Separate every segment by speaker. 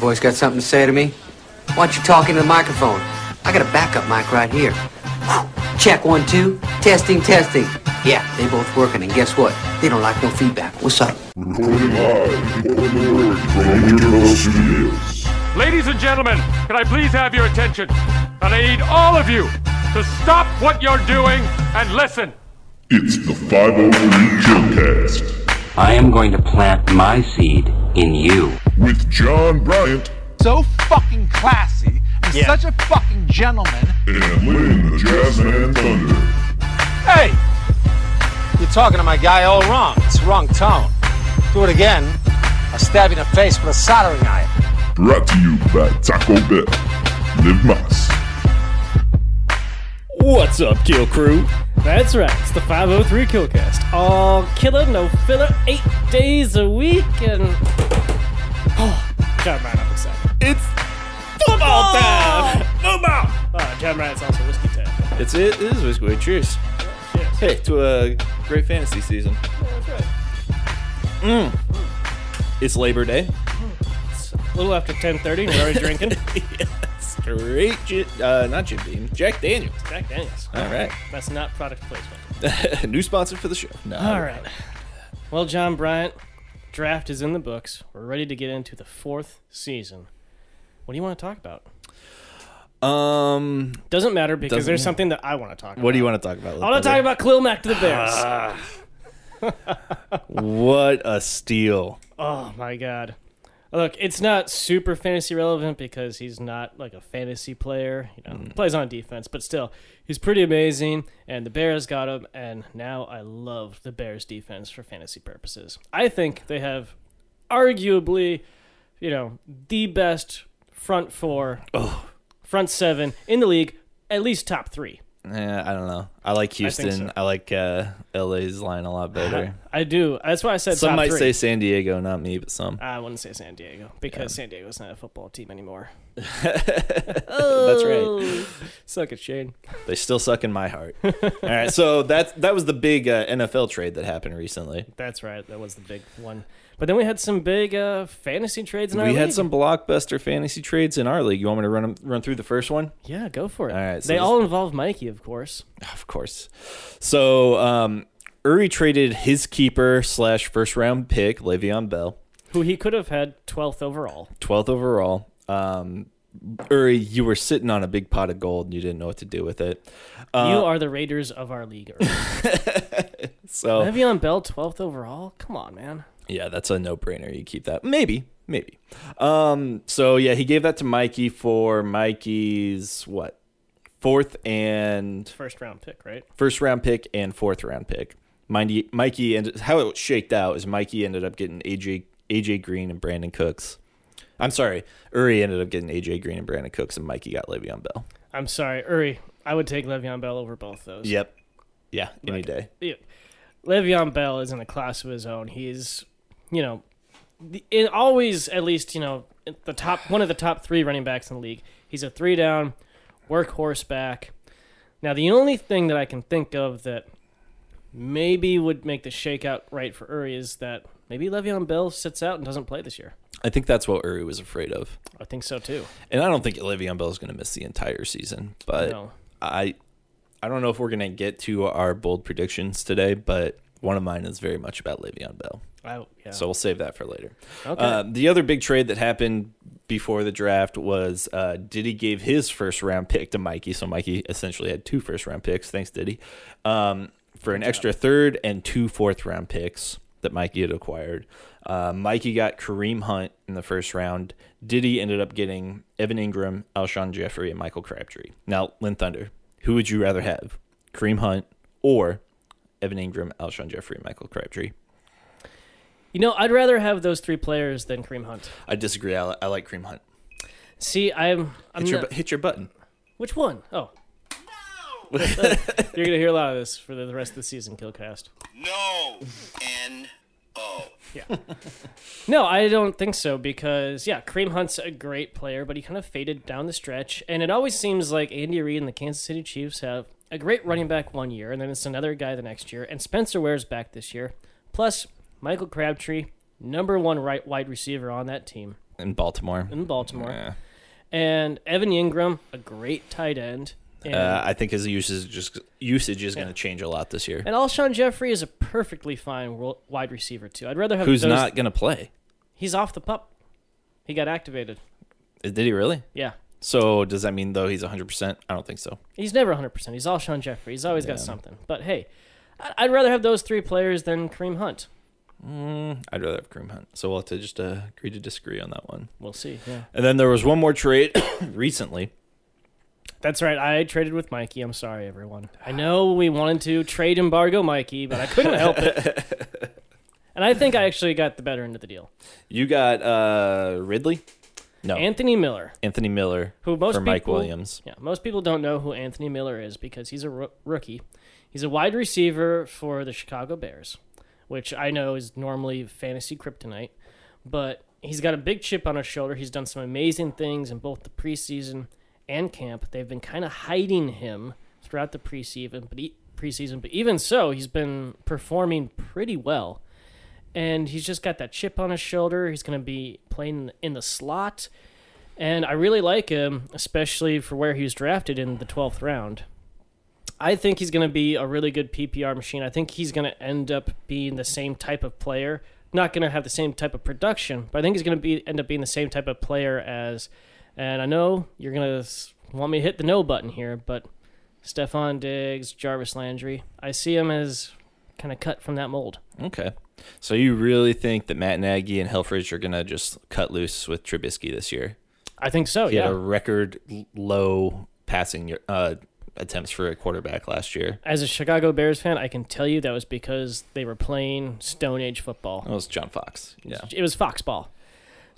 Speaker 1: boy's got something to say to me? Why don't you talk into the microphone? I got a backup mic right here. Whew. Check one, two. Testing, testing. Yeah, they both working, and guess what? They don't like no feedback. What's up?
Speaker 2: Recording live in Portland from Interval Studios.
Speaker 3: Ladies and gentlemen, can I please have your attention? And I need all of you to stop what you're doing and listen.
Speaker 2: It's the 503 Killcast
Speaker 4: I am going to plant my seed in you.
Speaker 2: with John Bryant
Speaker 5: so fucking classy and
Speaker 6: Yeah.
Speaker 5: such a fucking gentleman.
Speaker 2: and Lynn the Jazzman Thunder.
Speaker 6: Hey! You're talking to my guy all wrong. It's wrong tone. Do it again. I'll stab you in the face with a soldering iron.
Speaker 2: Brought to you by Taco Bell. Live Mas.
Speaker 7: What's up, Kill Crew? That's right, it's the 503 Killcast. All killer, no filler, eight days a week, and. Oh, John Ryan, I'm excited. It's football time! Football! Uh, John Ryan's also whiskey time.
Speaker 8: It's it. It is basically cheers.
Speaker 7: Cheers.
Speaker 8: Hey, to a great fantasy season.
Speaker 7: That's right.
Speaker 8: It's Labor Day.
Speaker 7: A little after 10.30, and we're already drinking.
Speaker 8: Straight, Jim- uh, not Jim Beam, Jack Daniels.
Speaker 7: Jack Daniels.
Speaker 8: All right,
Speaker 7: That's not product placement.
Speaker 8: new sponsor for the show. No,
Speaker 7: All right. Well, John Bryant, draft is in the books. We're ready to get into the fourth season. What do you want to talk about?
Speaker 8: Um,
Speaker 7: Doesn't matter because
Speaker 8: Doesn't
Speaker 7: there's
Speaker 8: matter.
Speaker 7: something that I want to talk about.
Speaker 8: what do you want to talk about?
Speaker 7: I want to talk about Khalil Mack to the Bears.
Speaker 8: What a steal!
Speaker 7: oh my god. Look, it's not super fantasy relevant because he's not like a fantasy player. You know,
Speaker 8: Mm.
Speaker 7: plays on defense, but still, he's pretty amazing. And the Bears got him, and now I love the Bears defense for fantasy purposes. I think they have arguably, you know, the best front four, front seven in the league, at least top three.
Speaker 8: Eh, I don't know. I like Houston. I,
Speaker 7: so.
Speaker 8: like uh, LA's line a lot better.
Speaker 7: I do. That's why I said
Speaker 8: some
Speaker 7: top
Speaker 8: might
Speaker 7: three.
Speaker 8: say San Diego, not me, but some.
Speaker 7: I wouldn't say San Diego because San Diego's not a football team anymore.
Speaker 8: That's right.
Speaker 7: Suck it, Shane.
Speaker 8: They still suck in my heart. All right, so that that was the big uh, NFL trade that happened recently.
Speaker 7: That's right. That was the big one. But then we had some big uh, fantasy trades in our
Speaker 8: we had
Speaker 7: league.
Speaker 8: some blockbuster fantasy trades in our league. You want me to run 'em- run through the first one?
Speaker 7: Yeah, go for it.
Speaker 8: All right, so
Speaker 7: they
Speaker 8: this-
Speaker 7: all involve Mikey, of course.
Speaker 8: Of course. So um, Uri traded his keeper slash first round pick Le'Veon Bell,
Speaker 7: Who he could have had 12th overall.
Speaker 8: twelfth overall. Um, Uri, you were sitting on a big pot of gold and you didn't know what to do with it. Uh,
Speaker 7: you are the Raiders of our league. Irvin.
Speaker 8: So
Speaker 7: Le'Veon Bell, 12th overall? Come on, man.
Speaker 8: Yeah, that's a no-brainer. You keep that. Maybe, maybe. Um, so yeah, he gave that to Mikey for Mikey's what? Fourth and
Speaker 7: First round pick, right?
Speaker 8: first round pick and fourth round pick. Mikey, Mikey and how it shaked out is Mikey ended up getting AJ AJ Green and Brandon Cooks. I'm sorry, Uri ended up getting AJ Green and Brandon Cooks, and Mikey got Le'Veon Bell.
Speaker 7: I'm sorry, Uri. I would take Le'Veon Bell over both those.
Speaker 8: Yep. Yeah, any day.
Speaker 7: yeah, Le'Veon Bell is in a class of his own. He's, you know, the, in always at least you know the top one of the top three running backs in the league. He's a three down workhorse back. Now the only thing that I can think of that maybe would make the shakeout right for Uri is that maybe Le'Veon Bell sits out and doesn't play this year.
Speaker 8: I think that's what Uri was afraid of.
Speaker 7: I think so too.
Speaker 8: And I don't think Le'Veon Bell is going to miss the entire season, but
Speaker 7: No.
Speaker 8: I I don't know if we're going to get to our bold predictions today, but one of mine is very much about Le'Veon Bell.
Speaker 7: I, yeah.
Speaker 8: So we'll save that for later.
Speaker 7: Okay.
Speaker 8: Uh, the other big trade that happened before the draft was uh, Diddy gave his first round pick to Mikey. So Mikey essentially had two first round picks. Thanks, Diddy. Um, for an extra third and two fourth round picks that Mikey had acquired. Uh, Mikey got Kareem Hunt in the first round. Diddy ended up getting Evan Ingram, Alshon Jeffrey, and Michael Crabtree. Now, Lynn Thunder, who would you rather have? Kareem Hunt or Evan Ingram, Alshon Jeffrey, and Michael Crabtree?
Speaker 7: you know, I'd rather have those three players than Kareem Hunt.
Speaker 8: I disagree. I, li- I like Cream Hunt.
Speaker 7: See, I'm. I'm
Speaker 8: Hit your,
Speaker 7: not-
Speaker 8: bu- hit your button.
Speaker 7: Which one? Oh. You're gonna hear a lot of this for the rest of the season, Killcast.
Speaker 9: No. N O.
Speaker 7: No, I don't think so because yeah, Kareem Hunt's a great player, but he kind of faded down the stretch, and it always seems like Andy Reid and the Kansas City Chiefs have a great running back one year, and then it's another guy the next year, and Spencer Ware's back this year, plus Michael Crabtree, number one right wide receiver on that team.
Speaker 8: in Baltimore.
Speaker 7: in Baltimore.
Speaker 8: Yeah.
Speaker 7: And Evan Ingram, a great tight end. And,
Speaker 8: Uh, I think his usage is just usage is going to change a lot this year.
Speaker 7: and Alshon Jeffrey is a perfectly fine world, wide receiver too. I'd rather have
Speaker 8: Who's
Speaker 7: those-
Speaker 8: not going to play?
Speaker 7: He's off the pup. He got activated.
Speaker 8: Did he really?
Speaker 7: Yeah.
Speaker 8: So does that mean though he's 100%? I don't think so.
Speaker 7: He's never 100%. He's all Sean Jeffrey. He's always got something. But hey, I- I'd rather have those three players than Kareem Hunt.
Speaker 8: I'd rather have Kareem Hunt. So we'll have to just uh, agree to disagree on that one.
Speaker 7: We'll see. Yeah.
Speaker 8: And then there was one more trade recently.
Speaker 7: That's right. I traded with Mikey. I'm sorry, everyone. I know we wanted to trade embargo Mikey, but I couldn't help it. And I think I actually got the better end of the deal.
Speaker 8: You got uh, Ridley, No.
Speaker 7: Anthony Miller,
Speaker 8: Anthony Miller
Speaker 7: who most
Speaker 8: for
Speaker 7: people,
Speaker 8: Mike Williams.
Speaker 7: Yeah, most people don't know who Anthony Miller is because he's a roo- rookie. He's a wide receiver for the Chicago Bears, which I know is normally fantasy kryptonite, but he's got a big chip on his shoulder. He's done some amazing things in both the preseason and camp. They've been kind of hiding him throughout the preseason, but e- preseason, but even so, he's been performing pretty well and he's just got that chip on his shoulder. He's going to be playing in the slot, and I really like him, especially for where he was drafted in the twelfth round. I think he's going to be a really good PPR machine. I think he's going to end up being the same type of player. Not going to have the same type of production, but I think he's going to be end up being the same type of player as. And I know you're going to want me to hit the no button here, but Stefan Diggs, Jarvis Landry, I see him as kind of cut from that mold.
Speaker 8: Okay. So you really think that Matt Nagy and Helfrich are going to just cut loose with Trubisky this year?
Speaker 7: I think so.
Speaker 8: He
Speaker 7: yeah.
Speaker 8: had a record l- low passing uh, attempts for a quarterback last year.
Speaker 7: As a Chicago Bears fan, I can tell you that was because they were playing Stone Age football.
Speaker 8: That was John Fox. Yeah.
Speaker 7: It was Fox ball.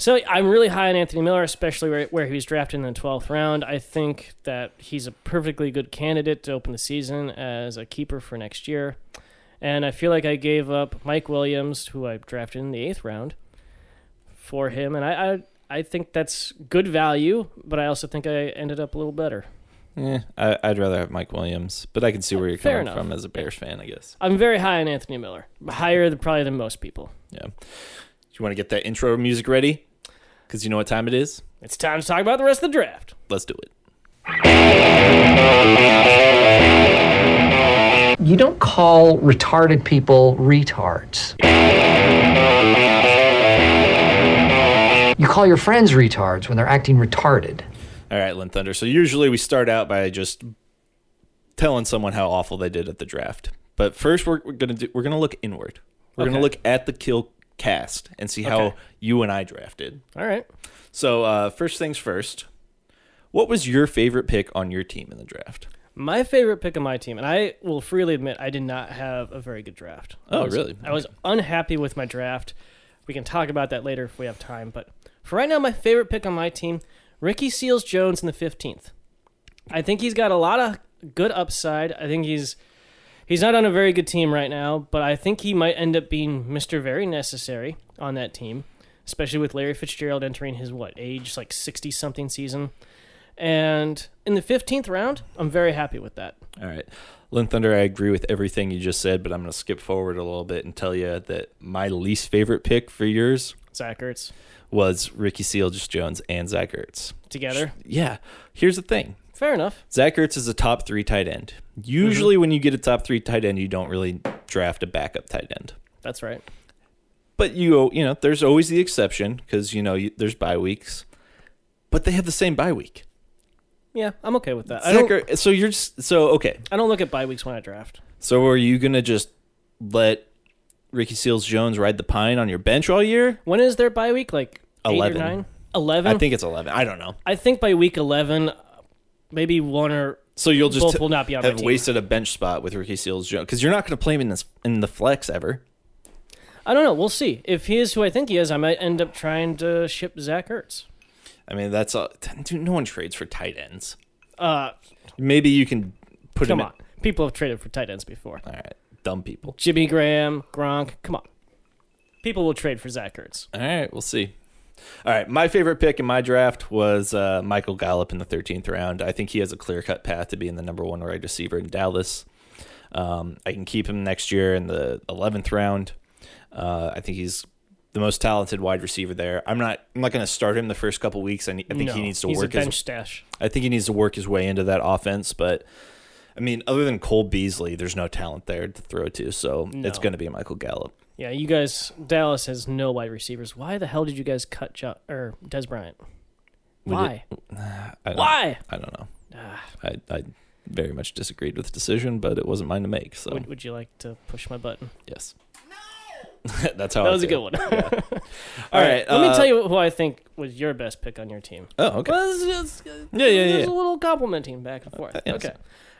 Speaker 7: So I'm really high on Anthony Miller, especially where, where he was drafted in the 12th round. I think that he's a perfectly good candidate to open the season as a keeper for next year. And I feel like I gave up Mike Williams, who I drafted in the eighth round, for him. And I, I, I think that's good value, but I also think I ended up a little better.
Speaker 8: Eh, I, I'd rather have Mike Williams, but I can see where you're
Speaker 7: Fair
Speaker 8: coming
Speaker 7: enough.
Speaker 8: from as a Bears fan, I guess.
Speaker 7: I'm very high on Anthony Miller, higher than probably than most people.
Speaker 8: Yeah. Do you want to get that intro music ready? Because you know what time it is?
Speaker 7: It's time to talk about the rest of the draft.
Speaker 8: Let's do it.
Speaker 10: You don't call retarded people retards. You call your friends retards when they're acting retarded.
Speaker 8: All right, Lynn Thunder. So usually we start out by just telling someone how awful they did at the draft. But first, we're, we're gonna do, we're gonna look inward. We're gonna
Speaker 7: Okay.
Speaker 8: look at the kill cast and see how
Speaker 7: Okay.
Speaker 8: you and I drafted.
Speaker 7: All right.
Speaker 8: So uh, first things first. What was your favorite pick on your team in the draft?
Speaker 7: My favorite pick of my team, and I will freely admit I did not have a very good draft. I
Speaker 8: Oh,
Speaker 7: was-
Speaker 8: really?
Speaker 7: I was unhappy with my draft. We can talk about that later if we have time. But for right now, my favorite pick on my team, Ricky Seals Jones in the 15th. I think he's got a lot of good upside. I think he's he's not on a very good team right now, but I think he might end up being Mr. Very Necessary on that team, especially with Larry Fitzgerald entering his what age like 60 something season. And in the 15th round, I'm very happy with that.
Speaker 8: All right. Lynn Thunder, I agree with everything you just said, but I'm going to skip forward a little bit and tell you that my least favorite pick for yours
Speaker 7: Zach Ertz
Speaker 8: was Ricky Seal, just Jones, and Zach Ertz.
Speaker 7: together.
Speaker 8: Yeah. Here's the thing
Speaker 7: Fair enough.
Speaker 8: Zach Ertz is a top three tight end. Usually, when you get a top three tight end, you don't really draft a backup tight end.
Speaker 7: That's right.
Speaker 8: But you, you know, there's always the exception because you know you, there's bye weeks, but they have the same bye week.
Speaker 7: Yeah, I'm okay with that. I
Speaker 8: Zach
Speaker 7: don't,
Speaker 8: Ertz, so you're just so okay.
Speaker 7: I don't look at bye weeks when I draft.
Speaker 8: So are you gonna just let Ricky Seals Jones ride the pine on your bench all year?
Speaker 7: When is their bye week? Like eight
Speaker 8: 11.
Speaker 7: or nine? 11?
Speaker 8: I think it's eleven. I don't know.
Speaker 7: I think by week 11, maybe one or
Speaker 8: So you'll just
Speaker 7: Both
Speaker 8: t-
Speaker 7: will not be on my
Speaker 8: have
Speaker 7: team.
Speaker 8: wasted a bench spot with Ricky Seals Jones because you're not gonna play him in this in the flex ever.
Speaker 7: I don't know. We'll see. If he is who I think he is, I might end up trying to ship Zach Ertz.
Speaker 8: I mean, that's a, dude, no one trades for tight ends.
Speaker 7: Uh,
Speaker 8: Maybe you can put
Speaker 7: come
Speaker 8: him
Speaker 7: on. People have traded for tight ends before.
Speaker 8: In. All right, dumb people.
Speaker 7: Jimmy Graham, Gronk. Come on. People will trade for Zach Ertz.
Speaker 8: All right, we'll see. All right, my favorite pick in my draft was uh, Michael Gallup in the 13th round. I think he has a clear cut path to being the number one wide receiver in Dallas. Um, I can keep him next year in the 11th round. Uh, I think he's the most talented wide receiver there. I'm not I'm not going to start him the first couple weeks. I, ne- I think he
Speaker 7: No,
Speaker 8: needs to
Speaker 7: he's a
Speaker 8: work
Speaker 7: bench
Speaker 8: his
Speaker 7: stash.
Speaker 8: I think he needs to work his way into that offense, but I mean, other than Cole Beasley, there's no talent there to throw to, so it's
Speaker 7: No.
Speaker 8: going to be Michael Gallup.
Speaker 7: Yeah, you guys. Dallas has no wide receivers. Why the hell did you guys cut jo- or Des Bryant? Why?
Speaker 8: I don't-
Speaker 7: Why?
Speaker 8: I don't know.
Speaker 7: Ah.
Speaker 8: I, I very much disagreed with the decision, but it wasn't mine to make. So
Speaker 7: Would, would you like to push my button?
Speaker 8: yes, that's how.
Speaker 7: That
Speaker 8: I
Speaker 7: was a good
Speaker 8: feel.
Speaker 7: one.
Speaker 8: All right,
Speaker 7: Let me
Speaker 8: uh,
Speaker 7: tell you who I think was your best pick on your team.
Speaker 8: Oh, okay.
Speaker 7: Well, it's just-
Speaker 8: Yeah, yeah,
Speaker 7: there's
Speaker 8: yeah. Uh,
Speaker 7: a little complimenting back and forth.
Speaker 8: yes.
Speaker 7: Okay.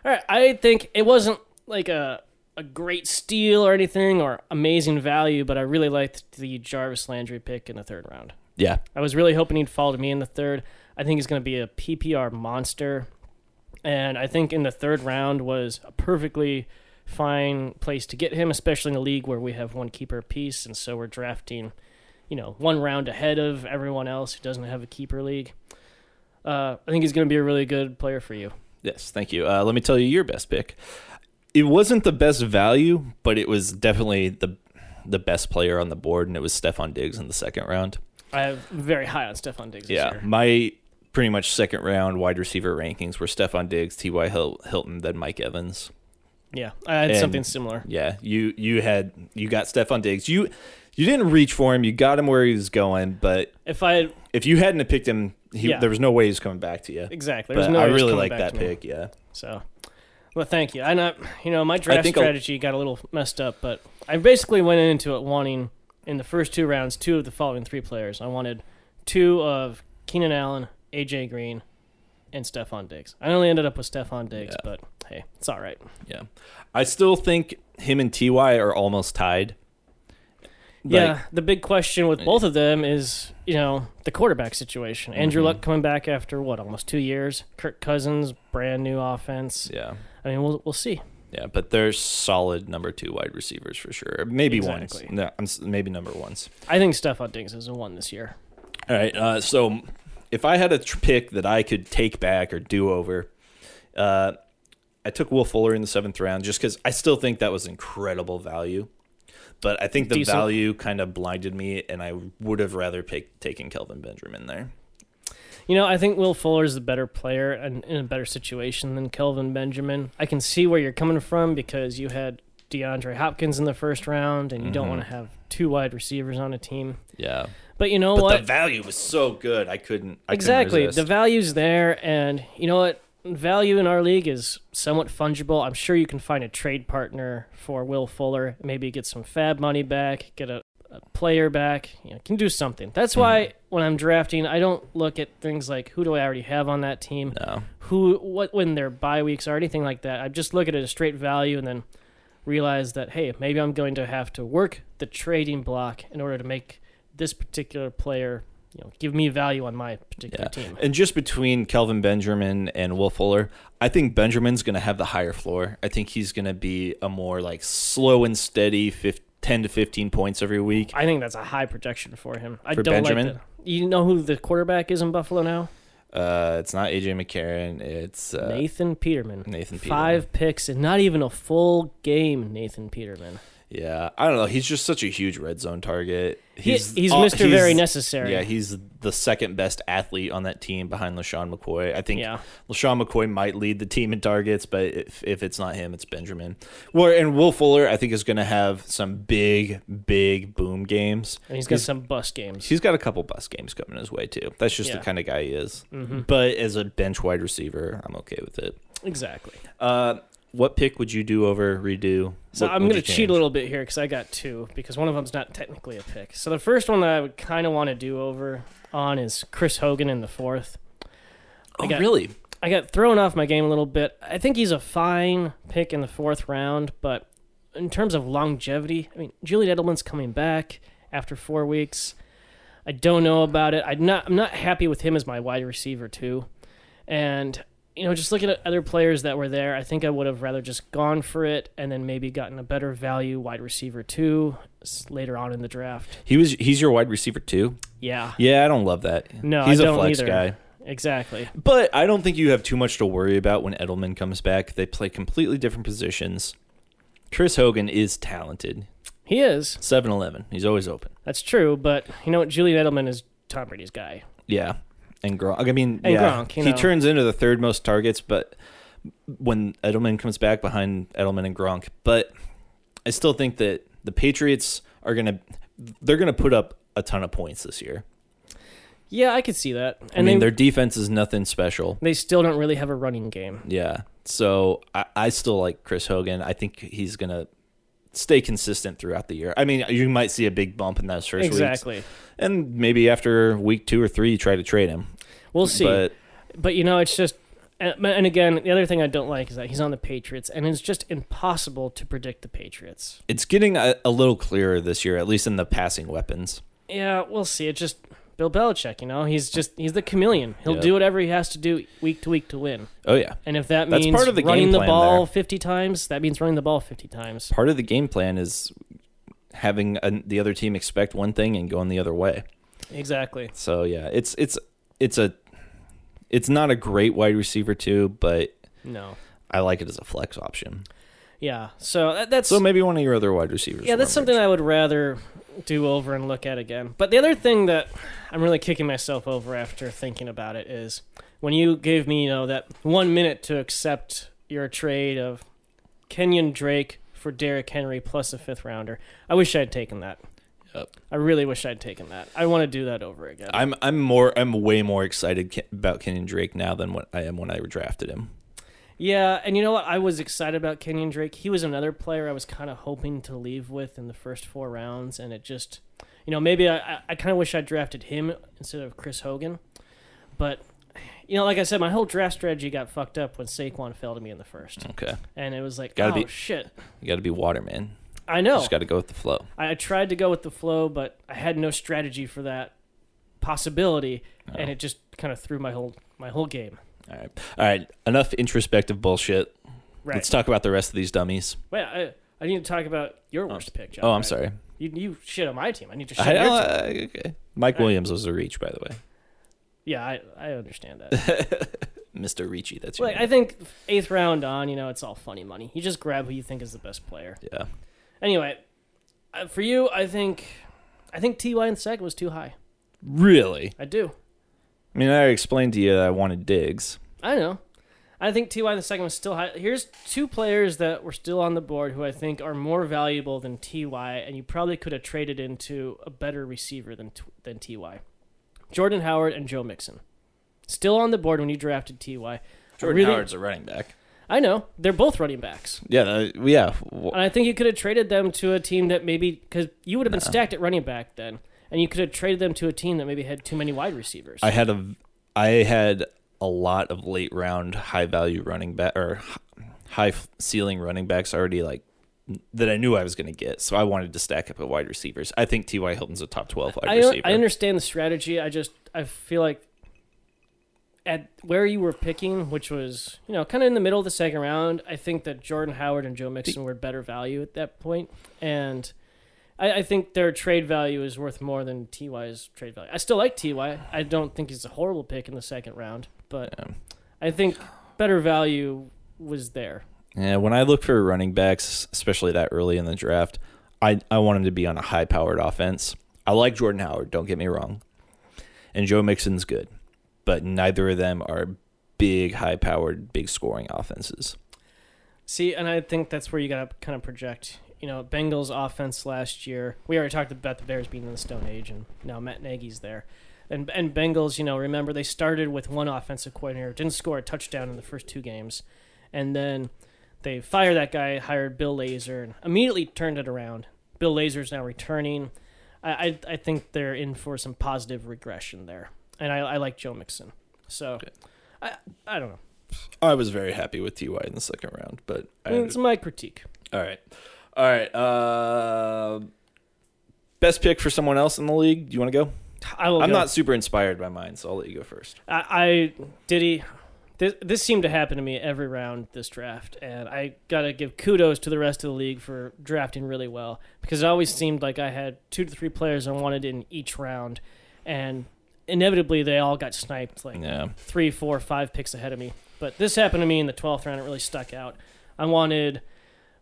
Speaker 7: All right. I think it wasn't like a a great steal or anything or amazing value, but I really liked the Jarvis Landry pick in the third round.
Speaker 8: Yeah,
Speaker 7: I was really hoping he'd fall to me in the third. I think he's going to be a PPR monster. And I think in the third round was a perfectly fine place to get him, especially in a league where we have one keeper apiece. And so we're drafting, you know, one round ahead of everyone else who doesn't have a keeper league. Uh, I think he's going to be a really good player for you.
Speaker 8: Yes, thank you. Uh, let me tell you your best pick. It wasn't the best value, but it was definitely the the best player on the board, and it was Stefan Diggs in the second round.
Speaker 7: I have very high on Stefan Diggs.
Speaker 8: Yeah,
Speaker 7: This year.
Speaker 8: my pretty much second round wide receiver rankings were Stefan Diggs, T. Y. Hil- Hilton, then Mike Evans.
Speaker 7: Yeah. I had
Speaker 8: And-
Speaker 7: something similar.
Speaker 8: Yeah, you you had you got Stefan Diggs. You you didn't reach for him. You got him where he was going, but
Speaker 7: If I had,
Speaker 8: if you hadn't have picked him, he,
Speaker 7: Yeah.
Speaker 8: there was no way he was coming back to you.
Speaker 7: Exactly. There was
Speaker 8: But
Speaker 7: no
Speaker 8: I
Speaker 7: way he was
Speaker 8: really like
Speaker 7: coming back
Speaker 8: that
Speaker 7: to me.
Speaker 8: pick. Yeah.
Speaker 7: So, well, thank you. I not, you know, my draft
Speaker 8: think I'll-
Speaker 7: strategy got a little messed up, but I basically went into it wanting in the first two rounds two of the following three players. I wanted two of Keenan Allen, AJ Green, and Stephon Diggs. I only ended up with Stephon Diggs,
Speaker 8: Yeah.
Speaker 7: but hey, it's all right.
Speaker 8: Yeah. I still think him and TY are almost tied.
Speaker 7: yeah, the big question with both of them is, you know, the quarterback situation.
Speaker 8: Mm-hmm.
Speaker 7: Andrew Luck coming back after what, almost two years. Kirk Cousins, brand new offense.
Speaker 8: Yeah.
Speaker 7: I mean, we'll we'll see.
Speaker 8: Yeah, but they're solid number two wide receivers for sure. Maybe ones.
Speaker 7: Exactly.
Speaker 8: No, I'm, s- maybe number ones.
Speaker 7: I think Stephon Diggs is a one this year.
Speaker 8: All right. Uh, so if I had a tr- pick that I could take back or do over, uh, I took Will Fuller in the seventh round just because I still think that was incredible value. But I think the
Speaker 7: Decent.
Speaker 8: value kind of blinded me, and I would have rather pick, taken Kelvin Benjamin there.
Speaker 7: You know, I think Will Fuller is the better player and in a better situation than Kelvin Benjamin. I can see where you're coming from because you had DeAndre Hopkins in the first round, and you
Speaker 8: Mm-hmm.
Speaker 7: don't want to have two wide receivers on a team.
Speaker 8: Yeah,
Speaker 7: But you know
Speaker 8: but
Speaker 7: what?
Speaker 8: the value was so good, I couldn't. I couldn't
Speaker 7: exactly,
Speaker 8: resist.
Speaker 7: the value's there, and you know what? Value in our league is somewhat fungible. I'm sure you can find a trade partner for Will Fuller. Maybe get some Fab money back, get a, a player back. You know, can do something. That's
Speaker 8: Mm-hmm.
Speaker 7: why when I'm drafting, I don't look at things like who do I already have on that team
Speaker 8: No.
Speaker 7: who what when their bye weeks or anything like that. I just look at it as straight value and then realize that hey, maybe I'm going to have to work the trading block in order to make this particular player, you know, give me value on my particular team.
Speaker 8: And just between Kelvin Benjamin and Will Fuller, I think Benjamin's going to have the higher floor. I think he's going to be a more like slow and steady fif- 10 to 15 points every week.
Speaker 7: I think that's a high projection for him. I
Speaker 8: For
Speaker 7: don't
Speaker 8: Benjamin?
Speaker 7: like that. You know who the quarterback is in Buffalo now?
Speaker 8: Uh, it's not AJ McCarron. It's uh,
Speaker 7: Nathan Peterman.
Speaker 8: Nathan
Speaker 7: Five picks and not even a full game, Nathan Peterman.
Speaker 8: yeah. I don't know. He's just such a huge red zone target.
Speaker 7: He- he's Mr. Very Necessary.
Speaker 8: Yeah, he's the second best athlete on that team behind LaShawn McCoy. I think
Speaker 7: Yeah.
Speaker 8: LaShawn McCoy might lead the team in targets, but if, if it's not him, it's Benjamin. Well, and Will Fuller, I think, is going to have some big, big boom games.
Speaker 7: And he's got some bust games.
Speaker 8: He's got a couple bus games coming his way too. That's just the
Speaker 7: Yeah. Mm-hmm.
Speaker 8: kind of guy he is. But as a bench wide receiver, I'm okay with it.
Speaker 7: Exactly.
Speaker 8: Uh, what pick would you do over redo?
Speaker 7: So
Speaker 8: What
Speaker 7: I'm
Speaker 8: would
Speaker 7: going to
Speaker 8: you
Speaker 7: cheat
Speaker 8: change?
Speaker 7: a little bit here because I got two because one of them's not technically a pick. So the first one that I would kind of want to do over on is Chris Hogan in the fourth.
Speaker 8: Oh,
Speaker 7: got-
Speaker 8: really?
Speaker 7: I got thrown off my game a little bit. I think he's a fine pick in the fourth round, but in terms of longevity, I mean, Julian Edelman's coming back after four weeks. I don't know about it. I'm not. I'm not happy with him as my wide receiver too. And you know, just looking at other players that were there, I think I would have rather just gone for it and then maybe gotten a better value wide receiver too s- later on in the draft.
Speaker 8: He was. He's your wide receiver too.
Speaker 7: Yeah.
Speaker 8: Yeah, I don't love that.
Speaker 7: No,
Speaker 8: he's
Speaker 7: I
Speaker 8: a
Speaker 7: don't
Speaker 8: flex
Speaker 7: either.
Speaker 8: guy.
Speaker 7: Exactly.
Speaker 8: But I don't think you have too much to worry about when Edelman comes back. They play completely different positions. Chris Hogan is talented.
Speaker 7: He is.
Speaker 8: 7 Eleven. He's always open.
Speaker 7: That's true, but you know what? Julian Edelman is Tom Brady's guy.
Speaker 8: Yeah. And Gronk. I mean,
Speaker 7: And
Speaker 8: yeah.
Speaker 7: Gronk, you
Speaker 8: he
Speaker 7: know.
Speaker 8: turns into the third most targets, but when Edelman comes back behind Edelman and Gronk, but I still think that the Patriots are going to they're going to put up a ton of points this year.
Speaker 7: Yeah, I could see that. And
Speaker 8: I mean,
Speaker 7: they,
Speaker 8: their defense is nothing special.
Speaker 7: they still don't really have a running game.
Speaker 8: Yeah. So I, I still like Chris Hogan. I think he's going to stay consistent throughout the year. I mean, you might see a big bump in those first weeks.
Speaker 7: Exactly.
Speaker 8: And maybe after week two or three, you try to trade him.
Speaker 7: We'll see.
Speaker 8: But
Speaker 7: But you know, it's just, and and again, the other thing I don't like is that he's on the Patriots, and it's just impossible to predict the Patriots.
Speaker 8: it's getting a, a little clearer this year, at least in the passing weapons.
Speaker 7: Yeah, we'll see. It's just Bill Belichick. You know, he's just he's the chameleon. He'll
Speaker 8: Yeah.
Speaker 7: do whatever he has to do week to week to win.
Speaker 8: Oh, yeah.
Speaker 7: And if that
Speaker 8: That's
Speaker 7: means
Speaker 8: part of the game
Speaker 7: running the
Speaker 8: plan
Speaker 7: ball
Speaker 8: there.
Speaker 7: 50 times, that means running the ball 50 times.
Speaker 8: Part of the game plan is having an the other team expect one thing and going the other way.
Speaker 7: Exactly.
Speaker 8: So yeah, it's it's it's a it's not a great wide receiver too, but
Speaker 7: No.
Speaker 8: I like it as a flex option.
Speaker 7: Yeah. So that, that's
Speaker 8: So maybe one of your other wide receivers.
Speaker 7: yeah, that's something I would rather do over and look at again. But the other thing that I'm really kicking myself over after thinking about it is when you gave me, you know, that one minute to accept your trade of Kenyon Drake for Derrick Henry plus a fifth rounder. I wish I'd taken that.
Speaker 8: Yep.
Speaker 7: I really wish I'd taken that. I want to do that over again.
Speaker 8: I'm I'm more I'm way more excited Ke- about Kenyon Drake now than what I am when I drafted him.
Speaker 7: Yeah, and you know what? I was excited about Kenyon Drake. He was another player I was kind of hoping to leave with in the first four rounds, and it just, you know, maybe I, I- I kind of wish I drafted him instead of Chris Hogan. But, you know, like I said, my whole draft strategy got fucked up when Saquon fell to me in the first,
Speaker 8: Okay,
Speaker 7: and it was like,
Speaker 8: Mm. Gotta
Speaker 7: oh
Speaker 8: be-
Speaker 7: shit,
Speaker 8: you got to be Waterman.
Speaker 7: I know.
Speaker 8: Just got to go with the flow.
Speaker 7: I I tried to go with the flow, but I had no strategy for that possibility, and it just kind of threw my whole my whole game.
Speaker 8: All right, all right. Enough introspective bullshit.
Speaker 7: Right.
Speaker 8: Let's talk about the rest of these dummies.
Speaker 7: Wait, I, I need to talk about your worst pick. John,
Speaker 8: Oh, I'm
Speaker 7: right?
Speaker 8: sorry.
Speaker 7: You, you shit on my team. I need to shit
Speaker 8: I,
Speaker 7: on your
Speaker 8: oh,
Speaker 7: team.
Speaker 8: uh, okay. Mike Williams was a reach, by the way.
Speaker 7: Yeah, I, I understand that.
Speaker 8: Mr. Ricci, that's your
Speaker 7: like,
Speaker 8: name.
Speaker 7: I think eighth round on, you know, it's all funny money. You just grab who you think is the best player.
Speaker 8: yeah.
Speaker 7: Anyway, uh, for you, I think I think Ty and Seg was too high.
Speaker 8: Really?
Speaker 7: I do.
Speaker 8: I mean, I explained to you that I wanted Diggs.
Speaker 7: I know. I think Ty in the second was still high. Here's two players that were still on the board who I think are more valuable than Ty, and you probably could have traded into a better receiver than than Ty. Jordan Howard and Joe Mixon, still on the board when you drafted Ty. I really-
Speaker 8: a running back.
Speaker 7: I know they're both running backs,
Speaker 8: Yeah, that- yeah. W-
Speaker 7: and I think you could have traded them to a team that maybe because you would have been stacked at running back then, and you could have traded them to a team that maybe had too many wide receivers.
Speaker 8: I had a, I had a lot of late round high value running back or h- high f- ceiling running backs already like that I knew I was going to get. So I wanted to stack up at wide receivers. I think T.Y. Hilton's a top 12 wide
Speaker 7: I,
Speaker 8: receiver.
Speaker 7: I understand the strategy. I just I feel like at where you were picking, which was you know kind of in the middle of the second round, I think that Jordan Howard and Joe Mixon were better value at that point, and I, I think their trade value is worth more than Ty's trade value. I still like Ty. I don't think he's a horrible pick in the second round, but I think better value was there.
Speaker 8: Yeah, when I look for running backs, especially that early in the draft, I, I want him to be on a high powered offense. I like Jordan Howard, don't get me wrong. And Joe Mixon's good, but neither of them are big, high powered, big scoring offenses.
Speaker 7: See, and I think that's where you gotta kind of project. You know, Bengals offense last year. We already talked about the Bears being in the Stone Age, and now Matt Nagy's there. And and Bengals, you know, remember they started with one offensive coordinator, didn't score a touchdown in the first two games, and then they fired that guy, hired Bill Lazor, and immediately turned it around. Bill Lazor's now returning. I I, I think they're in for some positive regression there, and I, I like Joe Mixon. So, I I don't know.
Speaker 8: I was very happy with TY in the second round, but I,
Speaker 7: It's my critique.
Speaker 8: all right. All right. Uh, best pick for someone else in the league. Do you want to go?
Speaker 7: I will
Speaker 8: I'm
Speaker 7: go.
Speaker 8: not super inspired by mine, so I'll let you go first.
Speaker 7: I, I did he. This, this seemed to happen to me every round this draft, and I gotta give kudos to the rest of the league for drafting really well because it always seemed like I had two to three players I wanted in each round, and inevitably they all got sniped like
Speaker 8: Yeah.
Speaker 7: three, four, five picks ahead of me. But this happened to me in the twelfth round; it really stuck out. I wanted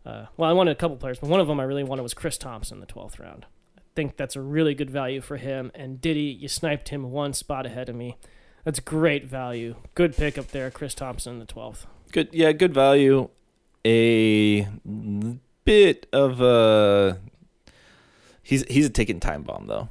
Speaker 7: Uh, well, I wanted a couple players, but one of them I really wanted was Chris Thompson in the 12th round. I think that's a really good value for him. And Diddy, you sniped him one spot ahead of me. That's great value. Good pick up there, Chris Thompson in the 12th.
Speaker 8: Good, yeah, good value. A bit of a he's he's a ticking time bomb though.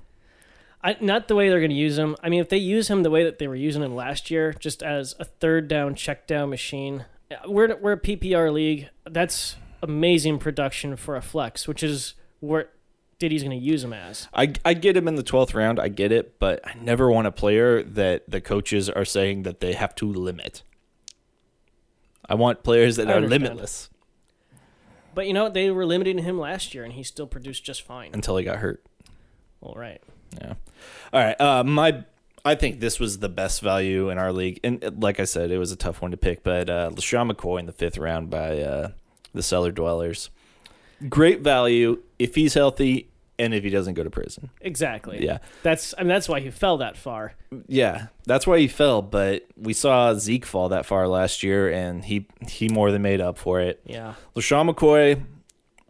Speaker 7: I, not the way they're going to use him. I mean, if they use him the way that they were using him last year, just as a third down check down machine, uh, we're, we're a PPR league. That's amazing production for a flex, which is what Diddy's going to use him as.
Speaker 8: I, I get him in the 12th round. I get it, but I never want a player that the coaches are saying that they have to limit. I want players that
Speaker 7: I
Speaker 8: are
Speaker 7: understand.
Speaker 8: limitless
Speaker 7: But you know, they were limiting him last year, and he still produced just fine.
Speaker 8: until he got hurt.
Speaker 7: All right.
Speaker 8: Yeah. All right. Uh, my, I think this was the best value in our league, and uh, like I said, it was a tough one to pick. But uh, LaShawn McCoy in the fifth round by uh, the Cellar Dwellers, great value if he's healthy and if he doesn't go to prison.
Speaker 7: Exactly.
Speaker 8: Yeah.
Speaker 7: That's I mean that's why he fell that far.
Speaker 8: Yeah, that's why he fell. But we saw Zeke fall that far last year, and he he more than made up for it.
Speaker 7: Yeah.
Speaker 8: LaShawn McCoy,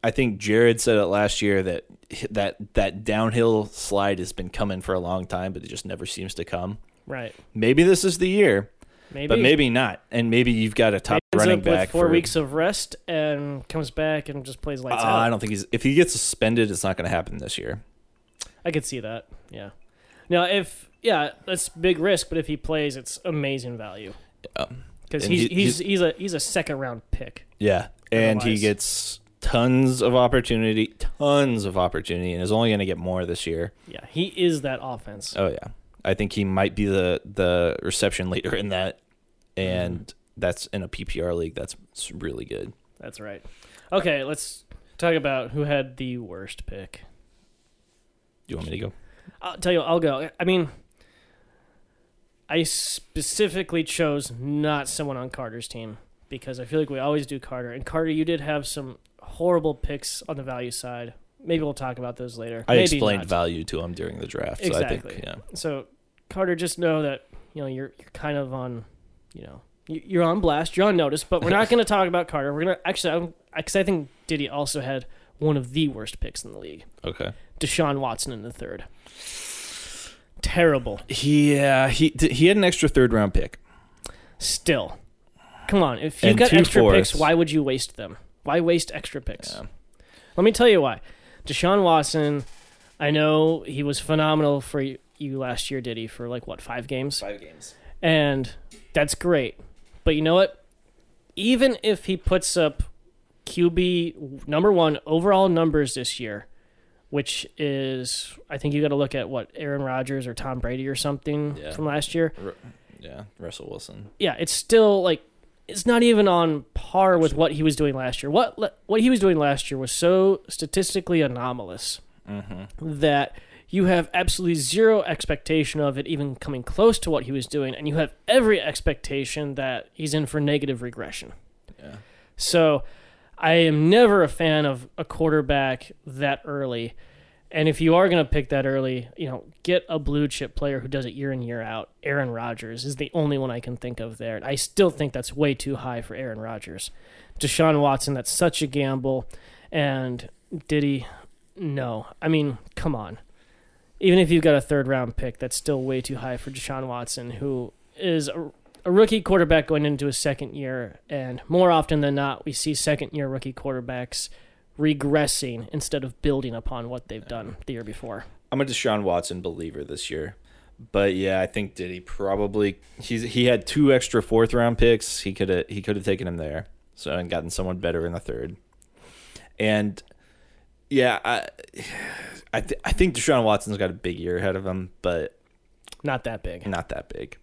Speaker 8: I think Jared said it last year that that that downhill slide has been coming for a long time, but it just never seems to come.
Speaker 7: Right.
Speaker 8: Maybe this is the year,
Speaker 7: Maybe.
Speaker 8: but maybe not. And maybe you've got a top
Speaker 7: ends
Speaker 8: running
Speaker 7: up
Speaker 8: back
Speaker 7: with four
Speaker 8: for
Speaker 7: weeks of rest and comes back and just plays
Speaker 8: Uh,
Speaker 7: lights out.
Speaker 8: I don't think he's. If he gets suspended, it's not going to happen this year.
Speaker 7: I could see that. Yeah. Now if yeah, that's big risk, but if he plays, it's amazing value. Because
Speaker 8: Um, And
Speaker 7: he's,
Speaker 8: he-
Speaker 7: he's he's a he's a second round pick.
Speaker 8: Yeah, and he
Speaker 7: Otherwise-
Speaker 8: gets tons of opportunity, tons of opportunity, and is only going to get more this year.
Speaker 7: Yeah, he is that offense.
Speaker 8: Oh yeah, I think he might be the the reception leader in that, and that's in a PPR league. That's s- really good.
Speaker 7: That's right. Okay, let's talk about who had the worst pick.
Speaker 8: Do you want me to go?
Speaker 7: I'll tell you, I'll go. I mean, I specifically chose not someone on Carter's team because I feel like we always do Carter. And Carter, you did have some horrible picks on the value side. Maybe we'll talk about those later.
Speaker 8: I
Speaker 7: Maybe
Speaker 8: explained
Speaker 7: not.
Speaker 8: value to him during the draft, so I
Speaker 7: Exactly.
Speaker 8: think yeah.
Speaker 7: So, Carter, just know that you know you're you're kind of on, you know, you- you're on blast, you're on notice. But we're not going to talk about Carter. We're gonna actually, because I think Diddy also had one of the worst picks in the league.
Speaker 8: Okay.
Speaker 7: Deshaun Watson in the third. Terrible.
Speaker 8: Yeah, he d- he had an extra third round pick.
Speaker 7: Still, come on. If you've
Speaker 8: And
Speaker 7: got
Speaker 8: two
Speaker 7: extra
Speaker 8: fourths.
Speaker 7: picks, why would you waste them? Why waste extra picks? Let me tell you why. Deshaun Watson. I know he was phenomenal for y- you last year, did he? For like what five games?
Speaker 8: Five games.
Speaker 7: and that's great. But you know what? Even if he puts up QB number one overall numbers this year, which is I think you got to look at what Aaron Rodgers or Tom Brady or something
Speaker 8: Yeah.
Speaker 7: from last year.
Speaker 8: Yeah, Russell Wilson.
Speaker 7: Yeah, it's still like it's not even on par with what he was doing last year. What le- what he was doing last year was so statistically anomalous that you have absolutely zero expectation of it even coming close to what he was doing, and you have every expectation that he's in for negative regression. So I am never a fan of a quarterback that early. And if you are going to pick that early, you know, get a blue chip player who does it year in year out. Aaron Rodgers is the only one I can think of there. And I still think that's way too high for Aaron Rodgers. Deshaun Watson, that's such a gamble. And Diddy, no. I mean, come on. Even if you've got a third round pick, that's still way too high for Deshaun Watson, who is a, a rookie quarterback going into his second year. And more often than not, we see second year rookie quarterbacks regressing instead of building upon what they've done the year before.
Speaker 8: I'm a Deshaun Watson believer this year. But yeah, I think Diddy probably he's he had two extra fourth round picks. He could have he could have taken him there. So and gotten someone better in the third. And yeah, I I, th- I think Deshaun Watson's got a big year ahead of him, but
Speaker 7: Not that big.
Speaker 8: not that big.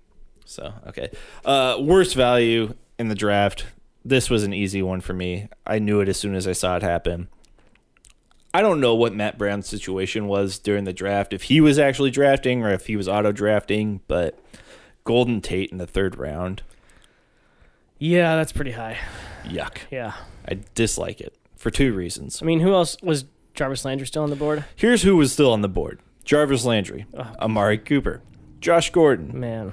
Speaker 8: So okay, uh, worst value in the draft. This was an easy one for me. I knew it as soon as I saw it happen. I don't know what Matt Brown's situation was during the draft, if he was actually drafting or if he was auto drafting, but Golden Tate in the third round,
Speaker 7: Yeah, that's pretty high.
Speaker 8: yuck.
Speaker 7: Yeah.
Speaker 8: I dislike it for two reasons.
Speaker 7: I mean, who else was Jarvis Landry still on the board?
Speaker 8: Here's who was still on the board Jarvis Landry, Amari Cooper, Josh Gordon,
Speaker 7: Man.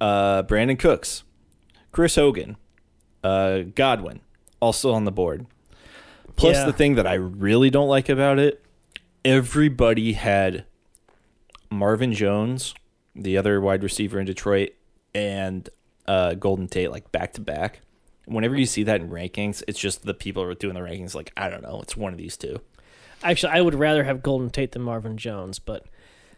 Speaker 8: uh, Brandon Cooks, Chris Hogan, uh, Godwin, all still on the board. Plus,
Speaker 7: Yeah.
Speaker 8: the thing that I really don't like about it, everybody had Marvin Jones, the other wide receiver in Detroit, and uh, Golden Tate like back to back. Whenever you see that in rankings, it's just the people who are doing the rankings. Like I don't know, it's one of these two.
Speaker 7: Actually, I would rather have Golden Tate than Marvin Jones, but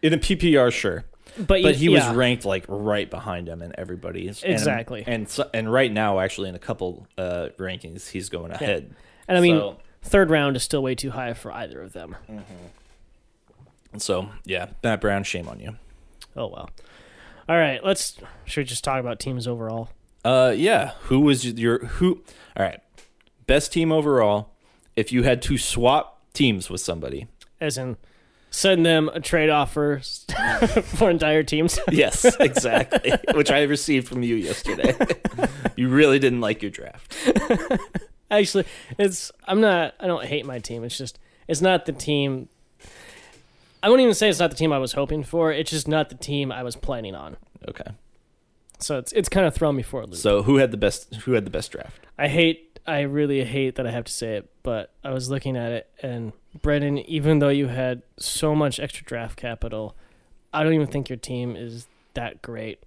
Speaker 8: In a PPR, sure,
Speaker 7: but,
Speaker 8: but he was
Speaker 7: yeah.
Speaker 8: ranked like right behind him and everybody's and-
Speaker 7: Exactly.
Speaker 8: And and, so- and right now, actually, in a couple uh, rankings, he's going ahead.
Speaker 7: And I mean,
Speaker 8: So-
Speaker 7: third round is still way too high for either of them.
Speaker 8: So yeah, Matt Brown, shame on you.
Speaker 7: Oh well. All right, let's should we just talk about teams overall?
Speaker 8: Uh, yeah. Who was your who? All right, best team overall. If you had to swap teams with somebody,
Speaker 7: As in send them a trade offer s- for entire teams.
Speaker 8: yes, exactly. Which I received from you yesterday. you really didn't like your draft.
Speaker 7: Actually, it's I'm not I don't hate my team. It's just it's not the team I wouldn't even say it's not the team I was hoping for. It's just not the team I was planning on.
Speaker 8: Okay.
Speaker 7: So it's it's kind of thrown me for a loop.
Speaker 8: So who had the best? Who had the best draft?
Speaker 7: I hate I really hate that I have to say it, but I was looking at it and Brendan, even though you had so much extra draft capital, I don't even think your team is that great.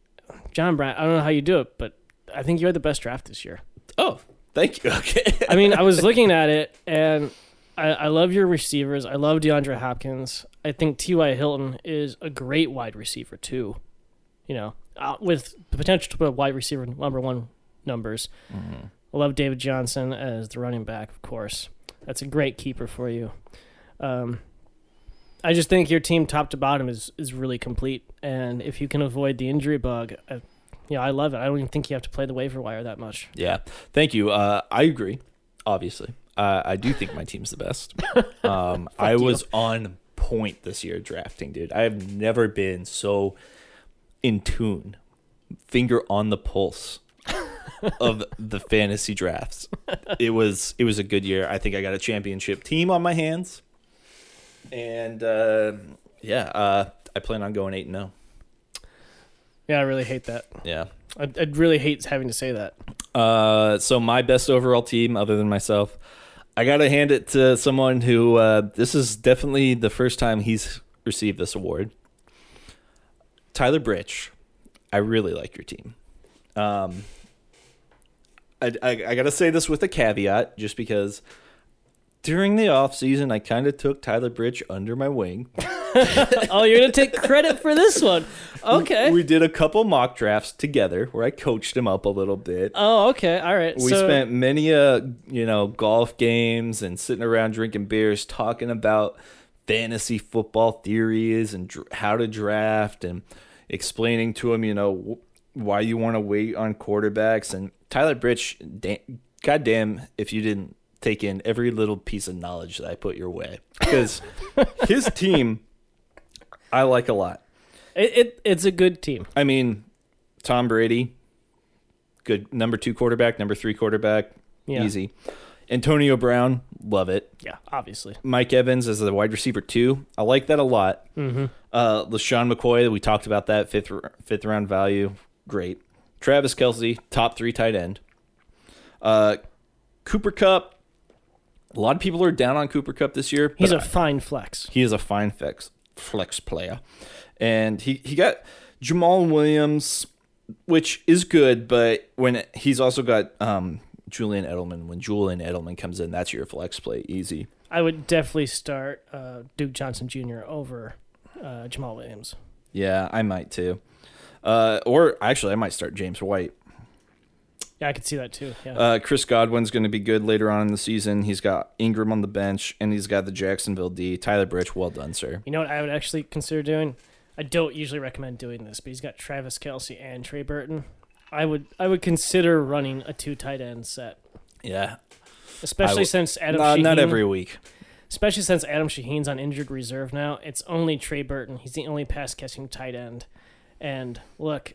Speaker 7: John Brown, I don't know how you do it, but I think you had the best draft this year.
Speaker 8: Oh, thank you. Okay.
Speaker 7: I mean, I was looking at it and I, I love your receivers. I love DeAndre Hopkins. I think T.Y. Hilton is a great wide receiver, too. You know, uh, with the potential to put wide receiver number one numbers. I love David Johnson as the running back, of course. That's a great keeper for you. Um, I just think your team, top to bottom, is, is really complete. And if you can avoid the injury bug, I, you know, I love it. I don't even think you have to play the waiver wire that much.
Speaker 8: Yeah. Thank you. Uh, I agree. Obviously, uh, I do think my team's the best. Um, I was on point this year drafting, dude. I have never been so in tune, finger on the pulse of the fantasy drafts. It was it was a good year. I think I got a championship team on my hands, and uh, yeah, uh, I plan on going eight and oh. zero.
Speaker 7: Yeah, I really hate that.
Speaker 8: Yeah.
Speaker 7: I, I really hate having to say that.
Speaker 8: Uh, so my best overall team, other than myself, I gotta hand it to someone who uh, this is definitely the first time he's received this award. Tyler Britch, I really like your team. Um, I, I, I gotta say this with a caveat, just because during the off season I kind of took Tyler Britch under my wing.
Speaker 7: Oh, you're gonna take credit for this one? Okay.
Speaker 8: We did a couple mock drafts together where I coached him up a little bit.
Speaker 7: oh, okay. All right.
Speaker 8: We
Speaker 7: so,
Speaker 8: spent many uh you know golf games and sitting around drinking beers talking about fantasy football theories and dr- how to draft and explaining to him you know wh- why you want to wait on quarterbacks and Tyler Britch da- goddamn if you didn't take in every little piece of knowledge that I put your way because his team I like a lot.
Speaker 7: it, it it's a good team.
Speaker 8: I mean, Tom Brady, good number two quarterback, number three quarterback,
Speaker 7: Yeah.
Speaker 8: easy. Antonio Brown, love it.
Speaker 7: Yeah, obviously.
Speaker 8: Mike Evans as the wide receiver two, I like that a lot. Mm-hmm. Uh, LaShawn McCoy, we talked about that fifth r- fifth round value, great. Travis Kelsey, top three tight end. Uh, Cooper Cup, a lot of people are down on Cooper Cup this year.
Speaker 7: He's
Speaker 8: but
Speaker 7: a fine flex.
Speaker 8: he is a fine flex flex player, and he he got Jamal Williams, which is good, but when he's also got um, Julian Edelman. When Julian Edelman comes in, that's your flex play, easy.
Speaker 7: I would definitely start uh, Duke Johnson Jr. over uh, Jamal Williams.
Speaker 8: Yeah, I might too, uh, or actually, I might start James White.
Speaker 7: Yeah, I could see that too. Yeah.
Speaker 8: Uh, Chris Godwin's going to be good later on in the season. He's got Ingram on the bench, and he's got the Jacksonville D. Tyler Bridge, well done, sir.
Speaker 7: you know what I would actually consider doing? I don't usually recommend doing this, but he's got Travis Kelsey and Trey Burton. I would I would consider running a two tight end set,
Speaker 8: Yeah,
Speaker 7: especially
Speaker 8: will-
Speaker 7: since Adam
Speaker 8: not, not
Speaker 7: Shaheen-
Speaker 8: every week.
Speaker 7: especially since Adam Shaheen's on injured reserve now. It's only Trey Burton. He's the only pass catching tight end. And look,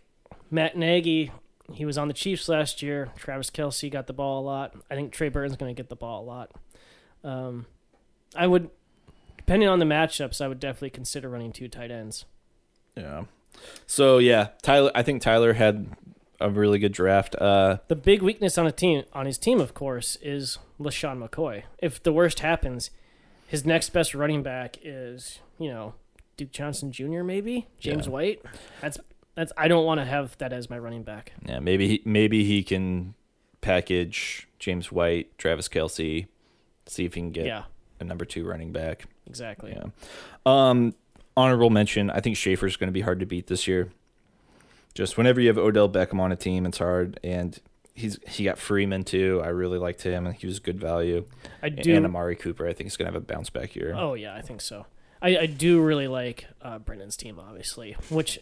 Speaker 7: Matt Nagy, he was on the Chiefs last year. Travis Kelsey got the ball a lot. I think Trey Burton's going to get the ball a lot. Um, I would, depending on the matchups, I would definitely consider running two tight ends.
Speaker 8: Yeah. So yeah, Tyler. I think Tyler had a really good draft. Uh,
Speaker 7: The big weakness on a team on his team, of course, is LaShawn McCoy. If the worst happens, his next best running back is, you know, Duke Johnson Jr. maybe? James
Speaker 8: Yeah.
Speaker 7: White. That's that's I don't want to have that as my running back.
Speaker 8: yeah, maybe he, maybe he can package James White, Travis Kelsey, see if he can get
Speaker 7: Yeah.
Speaker 8: a number two running back.
Speaker 7: Exactly.
Speaker 8: Yeah. Um, honorable mention. I think Schaefer's going to be hard to beat this year. Just whenever you have Odell Beckham on a team, it's hard, and he's he got Freeman too. I really liked him, and he was good value.
Speaker 7: I
Speaker 8: And-
Speaker 7: do-
Speaker 8: And Amari Cooper, I think is going to have a bounce back year.
Speaker 7: Oh yeah, I think so. I, I do really like uh, Brendan's team, obviously. Which,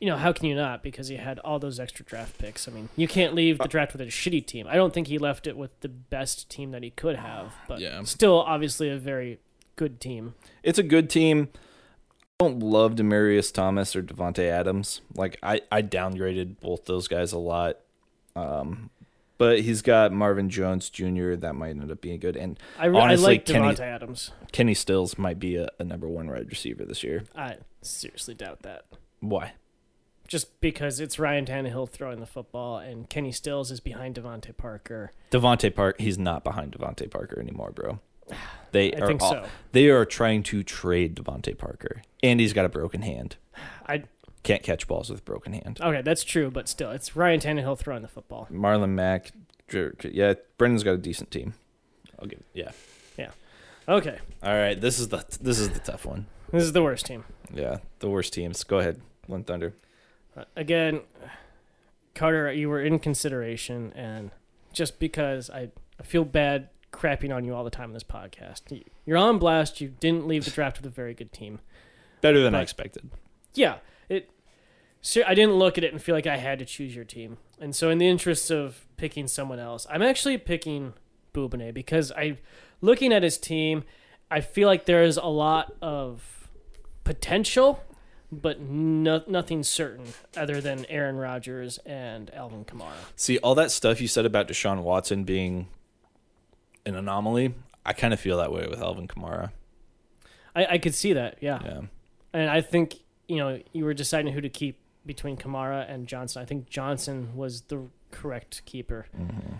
Speaker 7: you know, how can you not? Because he had all those extra draft picks. I mean, you can't leave
Speaker 8: Uh,
Speaker 7: the draft with a shitty team. I don't think he left it with the best team that he could have, but
Speaker 8: Yeah.
Speaker 7: still, obviously, a very good team.
Speaker 8: It's a good team. I don't love Demarius Thomas or Devonte Adams. Like I, I downgraded both those guys a lot. Um, but he's got Marvin Jones Jr. That might end up being good. And
Speaker 7: I, re-
Speaker 8: honestly,
Speaker 7: I like
Speaker 8: Kenny,
Speaker 7: Devontae Adams.
Speaker 8: Kenny Stills might be a, a number one wide receiver this year.
Speaker 7: I seriously doubt that.
Speaker 8: Why?
Speaker 7: Just because it's Ryan Tannehill throwing the football and Kenny Stills is behind Devontae Parker.
Speaker 8: Devonte Park. He's not behind Devonte Parker anymore, bro. They
Speaker 7: I
Speaker 8: are.
Speaker 7: think
Speaker 8: all-
Speaker 7: so.
Speaker 8: They are trying to trade Devonte Parker, and he's got a broken hand.
Speaker 7: I
Speaker 8: Can't catch balls with a broken hand.
Speaker 7: okay, that's true, but still, it's Ryan Tannehill throwing the football.
Speaker 8: Marlon Mack. Jer- Yeah, Brendan's got a decent team. I'll give. Yeah.
Speaker 7: Yeah. Okay,
Speaker 8: All right. This is the this is the tough one.
Speaker 7: this is the worst team.
Speaker 8: Yeah, the worst teams. Go ahead, One Thunder.
Speaker 7: again, Carter, you were in consideration, and just because I, I feel bad crapping on you all the time in this podcast, You- you're on blast. You didn't leave the draft with a very good team.
Speaker 8: Better than I
Speaker 7: But-
Speaker 8: expected.
Speaker 7: Yeah, it. So I didn't look at it and feel like I had to choose your team, and so in the interest of picking someone else, I'm actually picking Boubinet because I, looking at his team, I feel like there is a lot of potential but no, nothing certain other than Aaron Rodgers and Alvin Kamara.
Speaker 8: See, all that stuff you said about Deshaun Watson being an anomaly, I kind of feel that way with Alvin Kamara.
Speaker 7: I, I could see that, yeah.
Speaker 8: Yeah.
Speaker 7: And I think, you know, you were deciding who to keep between Kamara and Johnson. I think Johnson was the correct keeper.
Speaker 8: Mm-hmm.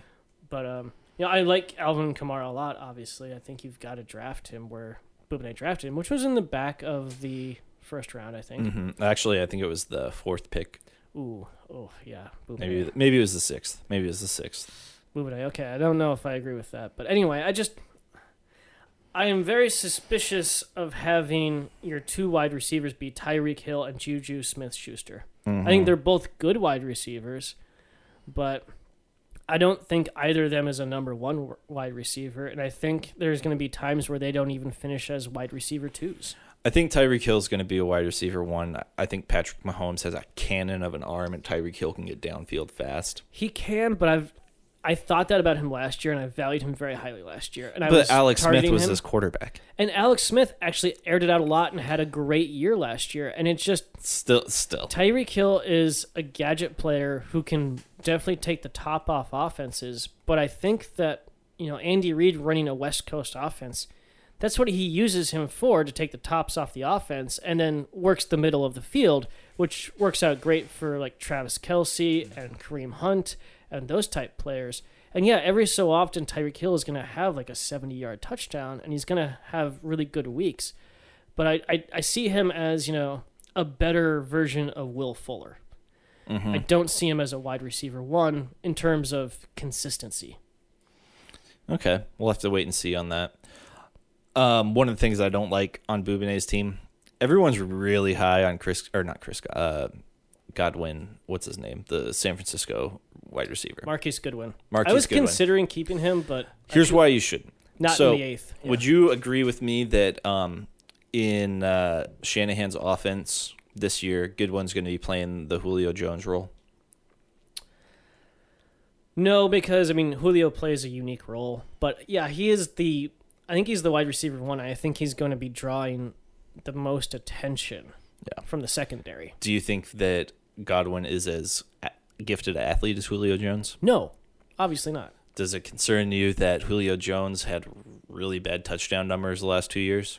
Speaker 7: But, um, you know, I like Alvin Kamara a lot, obviously. I think you've got to draft him where Boubinet drafted him, which was in the back of the first round, I think.
Speaker 8: Mhm. Actually, I think it was the fourth pick.
Speaker 7: Ooh, oh, yeah. Boubinet.
Speaker 8: Maybe maybe it was the sixth. Maybe it was the sixth.
Speaker 7: Would I? Okay, I don't know if I agree with that, but anyway, I just I am very suspicious of having your two wide receivers be Tyreek Hill and Juju Smith-Schuster. I
Speaker 8: Mm-hmm.
Speaker 7: think they're both good wide receivers, but I don't think either of them is a number one w- wide receiver, and I think there's going to be times where they don't even finish as wide receiver twos.
Speaker 8: I think Tyreek Hill is going to be a wide receiver one. I think Patrick Mahomes has a cannon of an arm, and Tyreek Hill can get downfield fast.
Speaker 7: He can, but I've I thought that about him last year, and I valued him very highly last year. And I was
Speaker 8: But Alex Smith
Speaker 7: targeting
Speaker 8: was
Speaker 7: him.
Speaker 8: his quarterback.
Speaker 7: And Alex Smith actually aired it out a lot and had a great year last year. And it's just
Speaker 8: Still, still.
Speaker 7: Tyreek Hill is a gadget player who can definitely take the top off offenses. But I think that, you know, Andy Reid running a West Coast offense, that's what he uses him for to take the tops off the offense and then works the middle of the field, which works out great for like Travis Kelsey and Kareem Hunt and those type players. And yeah, every so often Tyreek Hill is going to have like a 70 yard touchdown and he's going to have really good weeks but I, I, I see him as you know a better version of Will Fuller.
Speaker 8: Mm-hmm.
Speaker 7: I don't see him as a wide receiver one in terms of consistency.
Speaker 8: Okay, we'll have to wait and see on that. Um, one of the things I don't like on Boubine's team, everyone's really high on Chris or not Chris uh, Godwin. What's his name? The San Francisco wide receiver.
Speaker 7: Marquise Goodwin.
Speaker 8: Marquise
Speaker 7: I was
Speaker 8: Goodwin.
Speaker 7: considering keeping him, but
Speaker 8: Here's why you shouldn't.
Speaker 7: Not in
Speaker 8: so,
Speaker 7: the eighth, yeah.
Speaker 8: Would you agree with me that um, in uh, Shanahan's offense this year, Goodwin's going to be playing the Julio Jones role?
Speaker 7: no, because I mean Julio plays a unique role, but yeah, he is the I think he's the wide receiver one. I think he's going to be drawing the most attention
Speaker 8: Yeah.
Speaker 7: from the secondary.
Speaker 8: Do you think that Godwin is as a- gifted an athlete as Julio Jones?
Speaker 7: No, obviously not.
Speaker 8: Does it concern you that Julio Jones had really bad touchdown numbers the last two years?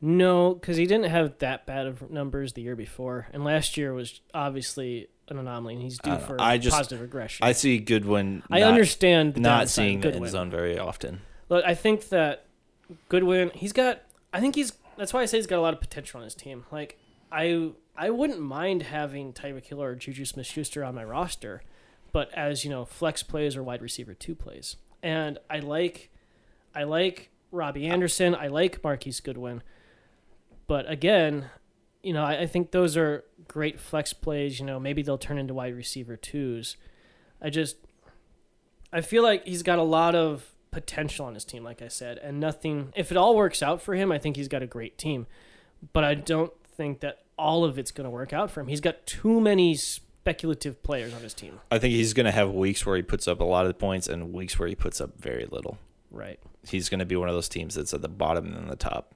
Speaker 7: No, because he didn't have that bad of numbers the year before, and last year was obviously an anomaly, and he's
Speaker 8: I
Speaker 7: due
Speaker 8: don't know.
Speaker 7: for
Speaker 8: I just
Speaker 7: positive regression.
Speaker 8: I see Goodwin.
Speaker 7: I
Speaker 8: not-
Speaker 7: understand the
Speaker 8: not
Speaker 7: downside
Speaker 8: seeing
Speaker 7: of
Speaker 8: the end
Speaker 7: Goodwin.
Speaker 8: zone very often.
Speaker 7: Look, I think that Goodwin, he's got. I think he's. That's why I say he's got a lot of potential on his team. Like I, I wouldn't mind having Tyreek Hill or Juju Smith-Schuster on my roster, but as you know, flex plays or wide receiver two plays. And I like, I like Robbie Anderson. I like Marquise Goodwin, but again, you know, I, I think those are great flex plays. You know, maybe they'll turn into wide receiver twos. I just I feel like he's got a lot of potential on his team, like I said, and nothing. If it all works out for him, I think he's got a great team. But I don't think that all of it's going to work out for him. He's got too many speculative players on his team.
Speaker 8: I think he's going to have weeks where he puts up a lot of points and weeks where he puts up very little.
Speaker 7: Right.
Speaker 8: He's going to be one of those teams that's at the bottom and then the top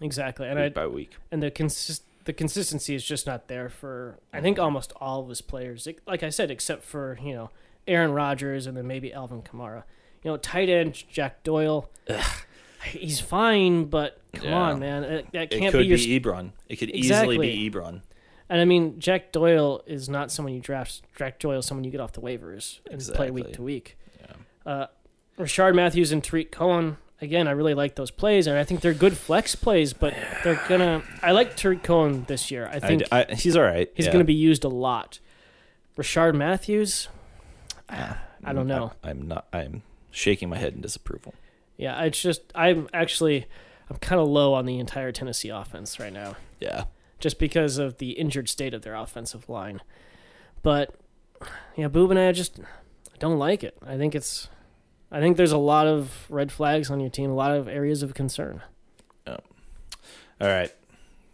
Speaker 7: Exactly. And
Speaker 8: week
Speaker 7: I
Speaker 8: by week.
Speaker 7: and the consist the consistency is just not there for I think almost all of his players. Like- Like I said, except for you know Aaron Rodgers and then maybe Alvin Kamara. You know, tight end Jack Doyle. He's fine, but come
Speaker 8: Yeah.
Speaker 7: on, man, that, that
Speaker 8: It
Speaker 7: can't
Speaker 8: could
Speaker 7: be
Speaker 8: be,
Speaker 7: your
Speaker 8: Ebron. It could easily
Speaker 7: Exactly.
Speaker 8: be Ebron.
Speaker 7: And I mean, Jack Doyle is not someone you draft. Jack Doyle is someone you get off the waivers and play
Speaker 8: Exactly.
Speaker 7: week to week. Uh, Rashard Matthews and Tariq Cohen. Again, I really like those plays, and I think they're good flex plays. But they're gonna. I like Tariq Cohen this year. I
Speaker 8: I
Speaker 7: think
Speaker 8: d- I- he's all right.
Speaker 7: he's
Speaker 8: yeah.
Speaker 7: gonna be used a lot. Rashard Matthews. Ah, I don't know.
Speaker 8: Mm, I, am not. I'm shaking my head in disapproval.
Speaker 7: Yeah, it's just I'm actually I'm kind of low on the entire Tennessee offense right now.
Speaker 8: Yeah.
Speaker 7: just because of the injured state of their offensive line. But yeah, Boob and I just I don't like it. I think it's I think there's a lot of red flags on your team, a lot of areas of concern.
Speaker 8: All right.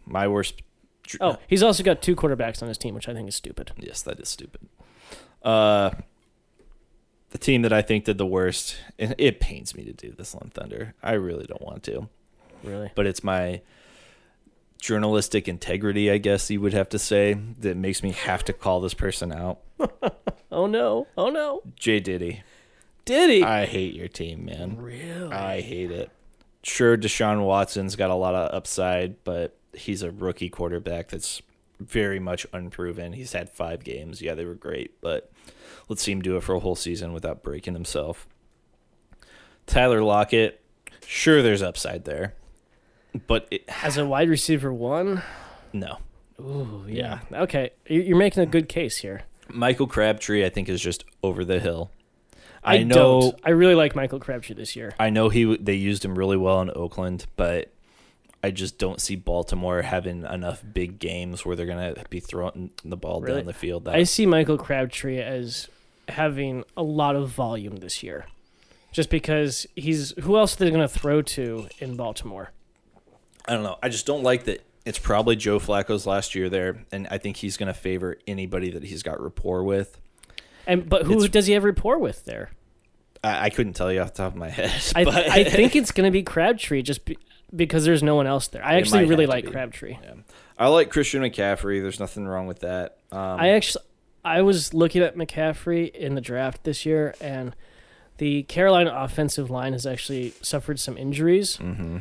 Speaker 8: My worst. dr-
Speaker 7: Oh, he's also got two quarterbacks on his team, which I think is stupid.
Speaker 8: Yes, that is stupid. Uh, the team that I think did the worst, and it pains me to do this on Thunder. I really don't want to,
Speaker 7: Really?
Speaker 8: but it's my journalistic integrity, I guess you would have to say, that makes me have to call this person out.
Speaker 7: Oh no. Oh no.
Speaker 8: Jay Diddy,
Speaker 7: Did he?
Speaker 8: I hate your team, man. Really? I hate it. Sure, Deshaun Watson's got a lot of upside, but he's a rookie quarterback that's very much unproven. He's had five games. Yeah, they were great, but let's see him do it for a whole season without breaking himself. Tyler Lockett, sure, there's upside there, but it,
Speaker 7: As a wide receiver one?
Speaker 8: no.
Speaker 7: Ooh, yeah. Okay. you- You're making a good case here.
Speaker 8: Michael Crabtree, I think, is just over the hill.
Speaker 7: I,
Speaker 8: I, know.
Speaker 7: don't. I really like Michael Crabtree this year.
Speaker 8: I know he they used him really well in Oakland, but I just don't see Baltimore having enough big games where they're gonna be throwing the ball
Speaker 7: Really?
Speaker 8: down the field. That
Speaker 7: I see Michael Crabtree as having a lot of volume this year, just because he's who else are they going to throw to in Baltimore?
Speaker 8: I don't know. I just don't like that. It's probably Joe Flacco's last year there, and I think he's gonna favor anybody that he's got rapport with.
Speaker 7: And but who
Speaker 8: It's-
Speaker 7: does he have rapport with there?
Speaker 8: I, I couldn't tell you off the top of my head,
Speaker 7: I
Speaker 8: but
Speaker 7: I think it's going to be Crabtree, just be, because there's no one else there. I
Speaker 8: It
Speaker 7: actually
Speaker 8: might
Speaker 7: really
Speaker 8: have to
Speaker 7: like
Speaker 8: be.
Speaker 7: Crabtree.
Speaker 8: I like Christian McCaffrey. There's nothing wrong with that. Um,
Speaker 7: I actually I was looking at McCaffrey in the draft this year, and the Carolina offensive line has actually suffered some injuries,
Speaker 8: Mm-hmm.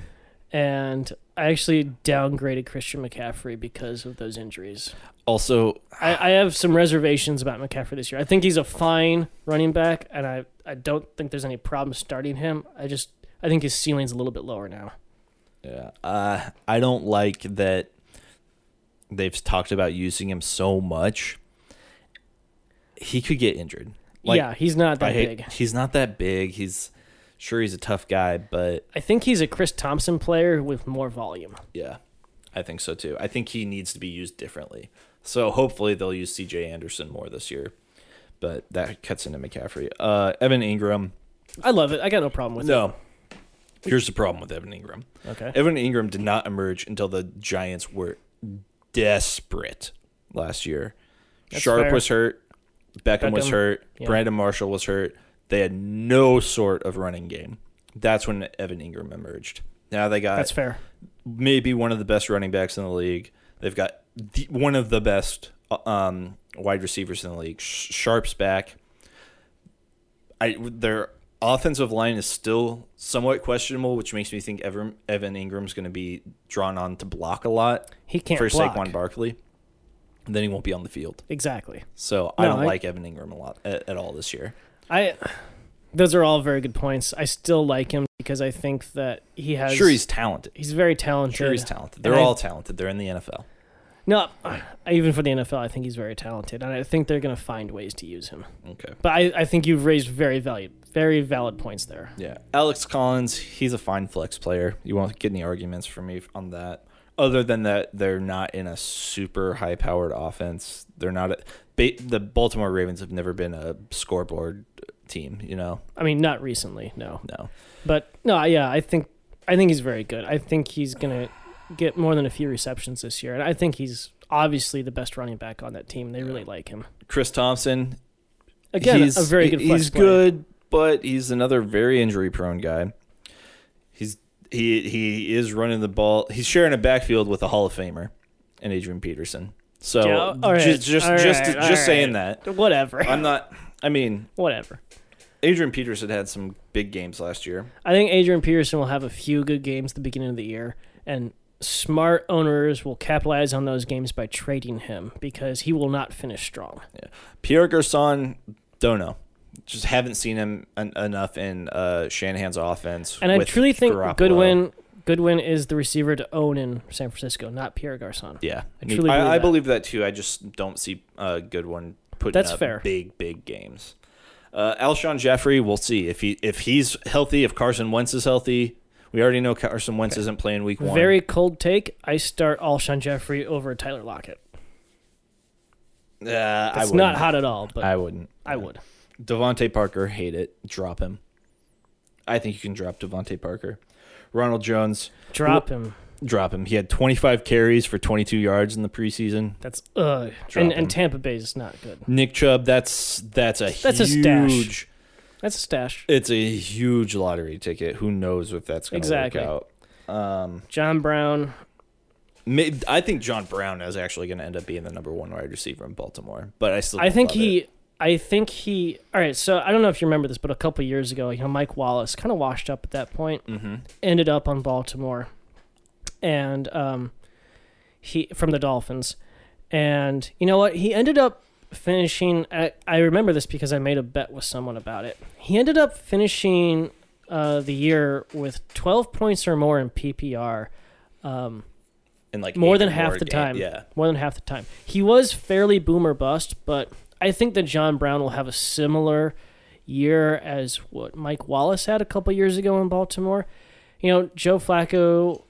Speaker 7: and I actually downgraded Christian McCaffrey because of those injuries.
Speaker 8: also,
Speaker 7: I, I have some reservations about McCaffrey this year. I think he's a fine running back, and I, I don't think there's any problem starting him. I just I think his ceiling's a little bit lower now.
Speaker 8: Yeah. Uh, I don't like that they've talked about using him so much. He could get injured. Like,
Speaker 7: yeah, he's not
Speaker 8: I
Speaker 7: that
Speaker 8: hate-
Speaker 7: big.
Speaker 8: He's not that big. He's sure he's a tough guy, but
Speaker 7: I think he's a Chris Thompson player with more volume.
Speaker 8: yeah, I think so too. I think he needs to be used differently. So hopefully they'll use CJ Anderson more this year. But that cuts into McCaffrey. Uh, Evan Ingram.
Speaker 7: I love it. I got no problem with
Speaker 8: No. Here's the problem with Evan Ingram.
Speaker 7: it. Okay.
Speaker 8: Evan Ingram did not emerge until the Giants were desperate last year. Sharp
Speaker 7: fair.
Speaker 8: was hurt. Beckham, was
Speaker 7: Beckham,
Speaker 8: hurt.
Speaker 7: yeah.
Speaker 8: Brandon Marshall was hurt. They had no sort of running game. That's when Evan Ingram emerged. Now they got
Speaker 7: That's fair.
Speaker 8: maybe one of the best running backs in the league. They've got the, one of the best uh, um, wide receivers in the league. Sh- Sharp's back. I their offensive line is still somewhat questionable, which makes me think Evan, Evan Ingram's going to be drawn on to block a lot
Speaker 7: He can't
Speaker 8: for
Speaker 7: block.
Speaker 8: Saquon Barkley. then he won't be on the field.
Speaker 7: Exactly.
Speaker 8: So I
Speaker 7: No,
Speaker 8: don't
Speaker 7: I-
Speaker 8: like Evan Ingram a lot at, at all this year.
Speaker 7: I. Those are all very good points. I still like him because I think that he has.
Speaker 8: Sure, he's talented.
Speaker 7: he's very talented.
Speaker 8: Sure, he's talented.
Speaker 7: And
Speaker 8: They're
Speaker 7: I-
Speaker 8: all talented. They're in the NFL.
Speaker 7: No, I- even for the NFL, I think he's very talented, and I think they're going to find ways to use him.
Speaker 8: Okay.
Speaker 7: But I, I think you've raised very valid, very valid points there.
Speaker 8: Yeah. Alex Collins, he's a fine flex player. You won't get any arguments from me on that. Other than that, they're not in a super high powered offense. They're not. A, ba- the Baltimore Ravens have never been a scoreboard team, you know?
Speaker 7: I mean, not recently, no.
Speaker 8: No.
Speaker 7: But no, yeah, I think I think he's very good. I think he's going to get more than a few receptions this year, and I think he's obviously the best running back on that team. They really like him.
Speaker 8: Chris Thompson,
Speaker 7: Again,
Speaker 8: he's,
Speaker 7: a very good.
Speaker 8: he-
Speaker 7: flex
Speaker 8: He's
Speaker 7: player.
Speaker 8: good, but he's another very injury prone guy. He's he he is running the ball. He's sharing a backfield with a Hall of Famer and Adrian Peterson. So
Speaker 7: Yeah, all right,
Speaker 8: just Oh, just
Speaker 7: all
Speaker 8: just,
Speaker 7: right,
Speaker 8: just
Speaker 7: all
Speaker 8: saying
Speaker 7: right.
Speaker 8: that.
Speaker 7: Whatever.
Speaker 8: I'm not I mean,
Speaker 7: Whatever.
Speaker 8: Adrian Peterson had some big games last year.
Speaker 7: I think Adrian Peterson will have a few good games at the beginning of the year, and smart owners will capitalize on those games by trading him because he will not finish strong.
Speaker 8: Yeah. Pierre Garcon, don't know. Just haven't seen him en- enough in uh, Shanahan's offense.
Speaker 7: And I
Speaker 8: with
Speaker 7: truly think
Speaker 8: Garoppolo.
Speaker 7: Goodwin Goodwin is the receiver to own in San Francisco, not Pierre Garcon.
Speaker 8: Yeah, I,
Speaker 7: I truly believe
Speaker 8: I,
Speaker 7: that.
Speaker 8: believe that too. I just don't see a good one putting
Speaker 7: That's
Speaker 8: up
Speaker 7: fair.
Speaker 8: big, big games. Uh, Alshon Jeffrey, we'll see if he if he's healthy. If Carson Wentz is healthy, we already know Carson Wentz isn't playing week one.
Speaker 7: Very cold take. I start Alshon Jeffrey over Tyler Lockett.
Speaker 8: uh, I
Speaker 7: It's
Speaker 8: wouldn't.
Speaker 7: not hot at all, but
Speaker 8: I
Speaker 7: I,
Speaker 8: wouldn't.
Speaker 7: would.
Speaker 8: Devonte Parker, hate it. Drop him. I think you can drop Devonte Parker. Ronald Jones,
Speaker 7: Drop him.
Speaker 8: drop him. He had 25 carries for 22 yards in the preseason.
Speaker 7: That's ugh.
Speaker 8: Drop
Speaker 7: And,
Speaker 8: him.
Speaker 7: and Tampa Bay is not good.
Speaker 8: Nick Chubb, that's that's a
Speaker 7: That's a
Speaker 8: huge
Speaker 7: stash. That's a stash.
Speaker 8: It's a huge lottery ticket. Who knows if that's going to
Speaker 7: Exactly.
Speaker 8: work out?
Speaker 7: John Brown.
Speaker 8: May- I think John Brown is actually going to end up being the number one wide receiver in Baltimore, but I still
Speaker 7: I
Speaker 8: don't
Speaker 7: think
Speaker 8: love
Speaker 7: he.
Speaker 8: it.
Speaker 7: I think he. All right, so I don't know if you remember this, but a couple of years ago, you know, Mike Wallace kind of washed up at that point, ended up on Baltimore, and um, he from the Dolphins, and you know what? He ended up finishing. I, I remember this because I made a bet with someone about it. He ended up finishing uh, the year with twelve points or more in PPR.
Speaker 8: in like
Speaker 7: more
Speaker 8: eight
Speaker 7: than
Speaker 8: or
Speaker 7: half
Speaker 8: more
Speaker 7: the
Speaker 8: game-
Speaker 7: time.
Speaker 8: Yeah,
Speaker 7: more than half the time. He was fairly boom or bust, but I think that John Brown will have a similar year as what Mike Wallace had a couple years ago in Baltimore. You know, Joe Flacco,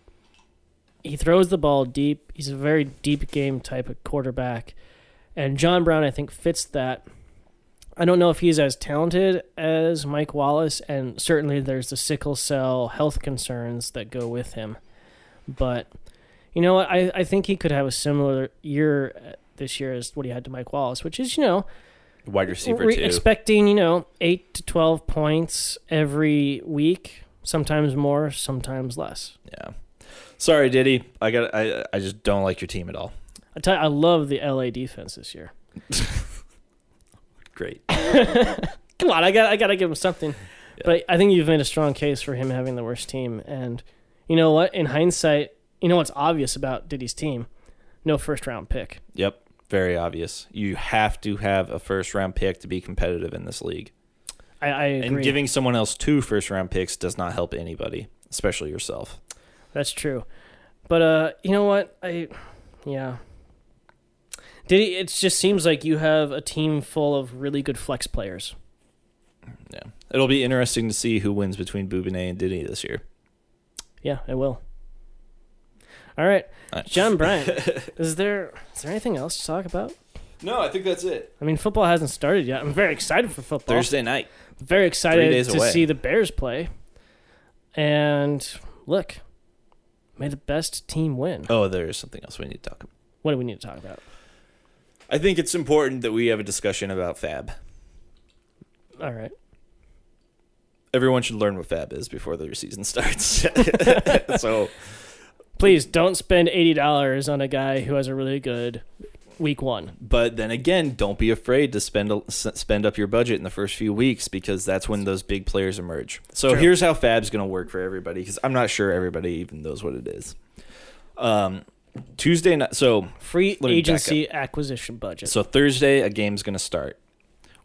Speaker 7: he throws the ball deep. He's a very deep game type of quarterback, and John Brown I think fits that. I don't know if he's as talented as Mike Wallace, and certainly there's the sickle cell health concerns that go with him. But you know what? I, I think he could have a similar year uh, this year as what he had to Mike Wallace, which is, you know,
Speaker 8: wide receiver
Speaker 7: we're
Speaker 8: too.
Speaker 7: expecting, you know, 8 to 12 points every week, sometimes more, sometimes less.
Speaker 8: yeah. Sorry, Diddy. I got. I I just don't like your team at all.
Speaker 7: I tell you, I love the LA defense this year.
Speaker 8: Great.
Speaker 7: Come on, I got I got to give him something. But I think you've made a strong case for him having the worst team and you know what? In hindsight, you know what's obvious about Diddy's team? No first round pick.
Speaker 8: Yep. Very obvious. You have to have a first round pick to be competitive in this league,
Speaker 7: I, I agree.
Speaker 8: and giving someone else two first round picks does not help anybody, especially yourself.
Speaker 7: That's true. But uh you know what? I yeah. Did he, it just seems like you have a team full of really good flex players.
Speaker 8: Yeah. It'll be interesting to see who wins between Boubine and Diddy this year.
Speaker 7: Yeah, I will. All right. John Bryant. is there is there anything else to talk about?
Speaker 8: No, I think that's it.
Speaker 7: I mean, football hasn't started yet. I'm very excited for football.
Speaker 8: Thursday night.
Speaker 7: very excited
Speaker 8: days
Speaker 7: to
Speaker 8: away.
Speaker 7: see the Bears play. And look, may the best team win.
Speaker 8: Oh, there's something else we need to talk about.
Speaker 7: What do we need to talk about?
Speaker 8: I think it's important that we have a discussion about Fab.
Speaker 7: All right.
Speaker 8: Everyone should learn what Fab is before their season starts. so
Speaker 7: Please don't spend eighty dollars on a guy who has a really good week one.
Speaker 8: but then again, don't be afraid to spend a, s- spend up your budget in the first few weeks because that's when those big players emerge. So here's how Fab's going to work for everybody because I'm not sure everybody even knows what it is. Um, Tuesday night. So
Speaker 7: Free
Speaker 8: let me back
Speaker 7: agency acquisition budget.
Speaker 8: So Thursday, a game's going to start.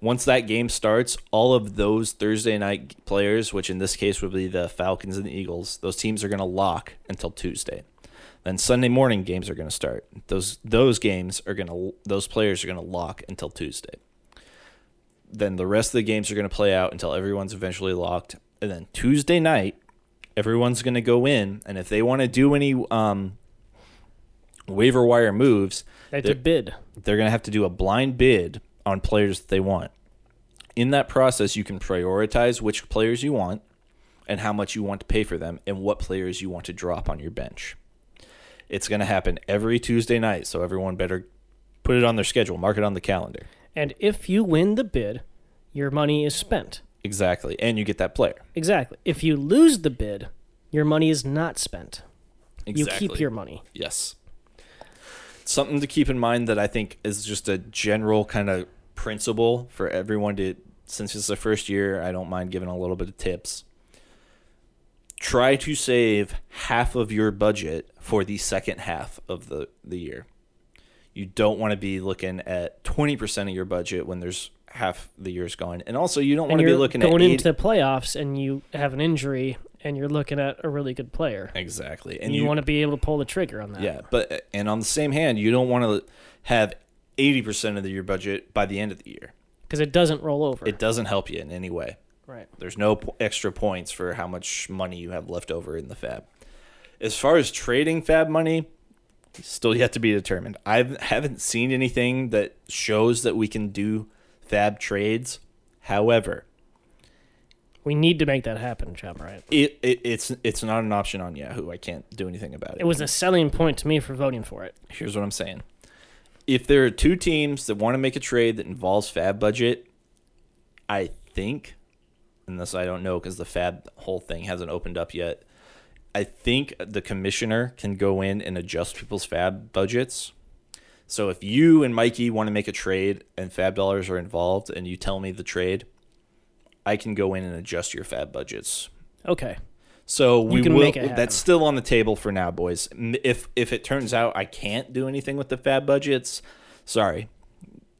Speaker 8: Once that game starts, all of those Thursday night players, which in this case would be the Falcons and the Eagles, those teams are going to lock until Tuesday. Then Sunday morning games are going to start. Those those games are going to those players are going to lock until Tuesday. Then the rest of the games are going to play out until everyone's eventually locked. And then Tuesday night, everyone's going to go in, and if they want to do any um, waiver wire moves,
Speaker 7: they have
Speaker 8: they're-
Speaker 7: to bid.
Speaker 8: they're going to have to do a blind bid on players that they want. In that process, you can prioritize which players you want and how much you want to pay for them and what players you want to drop on your bench. It's going to happen every Tuesday night, so everyone better put it on their schedule, mark it on the calendar.
Speaker 7: And if you win the bid, your money is spent.
Speaker 8: Exactly. And you get that player.
Speaker 7: Exactly. If you lose the bid, your money is not spent.
Speaker 8: Exactly.
Speaker 7: You keep your money.
Speaker 8: Yes. Something to keep in mind that I think is just a general kind of principle for everyone to, since it's the first year, I don't mind giving a little bit of tips. Try to save half of your budget for the second half of the, the year. You don't want to be looking at 20% of your budget when there's half the year's gone. And also, you don't
Speaker 7: And
Speaker 8: want to be
Speaker 7: you're
Speaker 8: looking
Speaker 7: going
Speaker 8: at eight-
Speaker 7: into the playoffs and you have an injury and you're looking at a really good player.
Speaker 8: Exactly.
Speaker 7: And you, want to be able to pull the trigger on that.
Speaker 8: Yeah, but and on the same hand, you don't want to have eighty percent of your budget by the end of the year.
Speaker 7: Because it doesn't roll over.
Speaker 8: It doesn't help you in any way.
Speaker 7: right.
Speaker 8: There's no p- extra points for how much money you have left over in the fab. As far as trading fab money, still yet to be determined. I haven't seen anything that shows that we can do fab trades. However,
Speaker 7: We need to make that happen, John Right.
Speaker 8: it, it it's it's not an option on Yahoo. I can't do anything about it.
Speaker 7: It was a selling point to me for voting for it.
Speaker 8: here's what I'm saying. If there are two teams that want to make a trade that involves fab budget, I think, unless I don't know because the fab whole thing hasn't opened up yet, I think the commissioner can go in and adjust people's fab budgets. So if you and Mikey want to make a trade and fab dollars are involved and you tell me the trade, I can go in and adjust your fab budgets.
Speaker 7: Okay.
Speaker 8: So we
Speaker 7: can
Speaker 8: will.
Speaker 7: make it happen.
Speaker 8: that's still on the table for now, boys. M- If if it turns out I can't do anything with the fab budgets, sorry.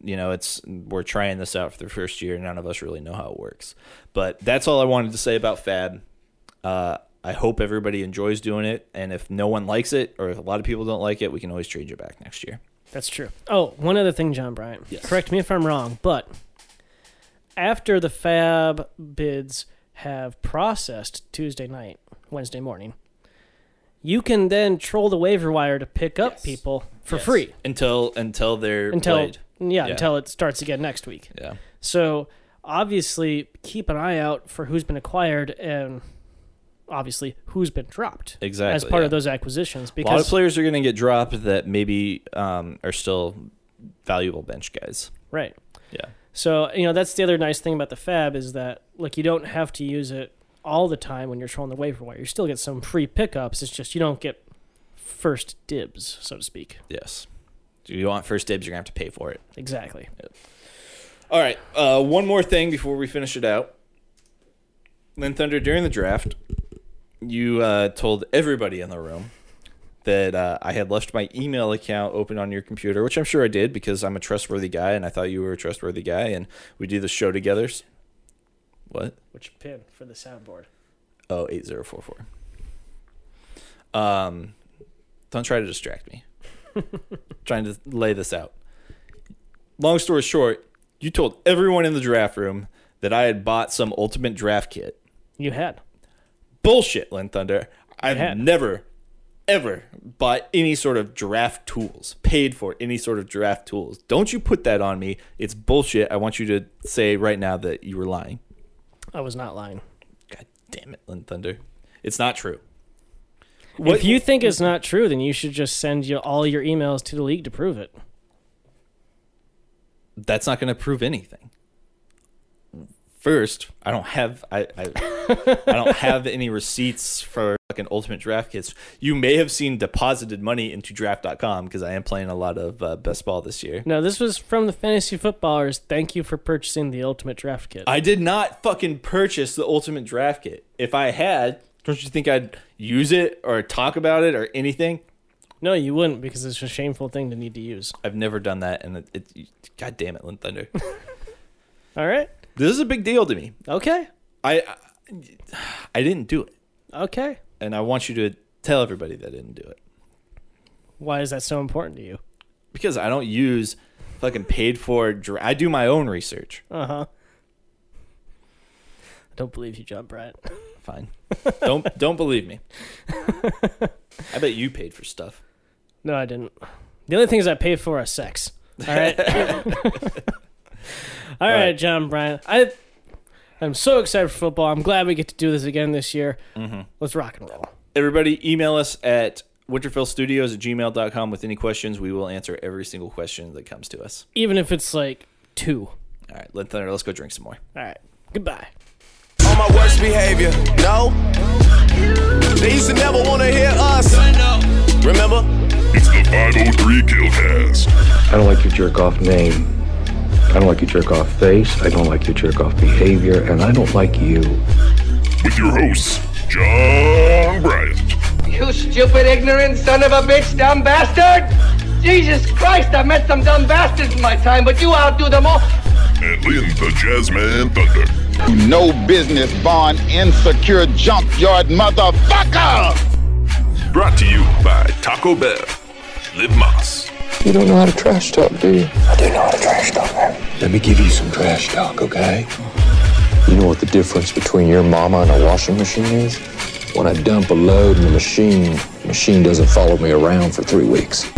Speaker 8: You know, it's we're trying this out for the first year. None of us really know how it works, but that's all I wanted to say about fab. Uh, I hope everybody enjoys doing it, and if no one likes it or if a lot of people don't like it, we can always change it back next year.
Speaker 7: That's true. Oh, one other thing, John Bryant.
Speaker 8: Yes.
Speaker 7: Correct me if I'm wrong, but after the fab bids have processed Tuesday night, Wednesday morning, you can then troll the waiver wire to pick up
Speaker 8: Yes.
Speaker 7: people for
Speaker 8: Yes.
Speaker 7: free
Speaker 8: until until they're
Speaker 7: until
Speaker 8: played.
Speaker 7: yeah,
Speaker 8: Yeah.
Speaker 7: until it starts again next week.
Speaker 8: Yeah,
Speaker 7: So obviously, keep an eye out for who's been acquired and obviously who's been dropped as
Speaker 8: Exactly,
Speaker 7: part of
Speaker 8: yeah.
Speaker 7: those acquisitions
Speaker 8: a lot of
Speaker 7: because
Speaker 8: players are going to get dropped that maybe um, are still valuable bench guys.
Speaker 7: right.
Speaker 8: Yeah.
Speaker 7: So you know that's the other nice thing about the fab is that like you don't have to use it all the time when you're trolling the waiver wire. You still get some free pickups. It's just you don't get first dibs, so to speak.
Speaker 8: Yes. So you want first dibs, you're gonna have to pay for it.
Speaker 7: Exactly.
Speaker 8: All right. Uh, one more thing before we finish it out. Then Thunder, during the draft, you uh, told everybody in the room that uh, I had left my email account open on your computer, which I'm sure I did because I'm a trustworthy guy, and I thought you were a trustworthy guy, and we do the show together. What?
Speaker 7: Which pin for the soundboard?
Speaker 8: Oh, 8044. Um, don't try to distract me. Trying to lay this out. Long story short, you told everyone in the draft room that I had bought some ultimate draft kit.
Speaker 7: You had.
Speaker 8: Bullshit, Lynn Thunder. I've
Speaker 7: had.
Speaker 8: never, ever bought any sort of draft tools, paid for any sort of draft tools. Don't you put that on me. It's bullshit. I want you to say right now that you were lying.
Speaker 7: I was not lying.
Speaker 8: God damn it, Lynn Thunder. It's not true.
Speaker 7: If you think it's not true, then you should just send you all your emails to the league to prove it.
Speaker 8: that's not going to prove anything. First, I don't have I, I I don't have any receipts for fucking ultimate draft kits. You may have seen deposited money into draft.com because I am playing a lot of uh, best ball this year.
Speaker 7: No, this was from the fantasy footballers. Thank you for purchasing the ultimate draft kit.
Speaker 8: I did not fucking purchase the ultimate draft kit. If I had, don't you think I'd use it or talk about it or anything?
Speaker 7: No, you wouldn't because it's a shameful thing to need to use.
Speaker 8: I've never done that, and it, it God damn it, Lynn Thunder.
Speaker 7: All right.
Speaker 8: this is a big deal to me.
Speaker 7: Okay.
Speaker 8: I, I I didn't do it,
Speaker 7: Okay.
Speaker 8: and I want you to tell everybody that I didn't do it
Speaker 7: Why is that so important to you?
Speaker 8: because I don't use fucking paid for. Dra- I do my own research.
Speaker 7: Uh huh. I don't believe you, John Bryant.
Speaker 8: Fine. don't don't believe me. I bet you paid for stuff.
Speaker 7: No, I didn't. The only things I pay for are sex. All right. All right,
Speaker 8: right.
Speaker 7: John Bryant. I I'm so excited for football. I'm glad we get to do this again this year. Mm-hmm. Let's rock and roll.
Speaker 8: Everybody, email us at winterfellstudios at gmail.com with any questions. We will answer every single question that comes to us.
Speaker 7: Even if it's like two.
Speaker 8: All right, Lynn Thunder, let's go drink some more.
Speaker 7: All right. Goodbye.
Speaker 11: on my worst behavior. No, they used to never want to hear us. Remember?
Speaker 2: It's the 503 Killcast.
Speaker 12: I don't like your jerk off name. I don't like your jerk off face. I don't like your jerk off behavior. And I don't like you.
Speaker 2: With your hosts, John Bryant
Speaker 13: You stupid, ignorant son of a bitch, dumb bastard! Jesus Christ, I met some dumb bastards in my time, but you outdo them all.
Speaker 2: and Lynn the Jazzman Thunder.
Speaker 14: No business born insecure junkyard motherfucker!
Speaker 2: Brought to you by Taco Bell. Live Moss.
Speaker 12: You don't know how to trash talk, do you? I do know how to trash talk, man. Let me give you some trash talk, okay? You know what the difference between your mama and a washing machine is? When I dump a load in the machine, the machine doesn't follow me around for three weeks.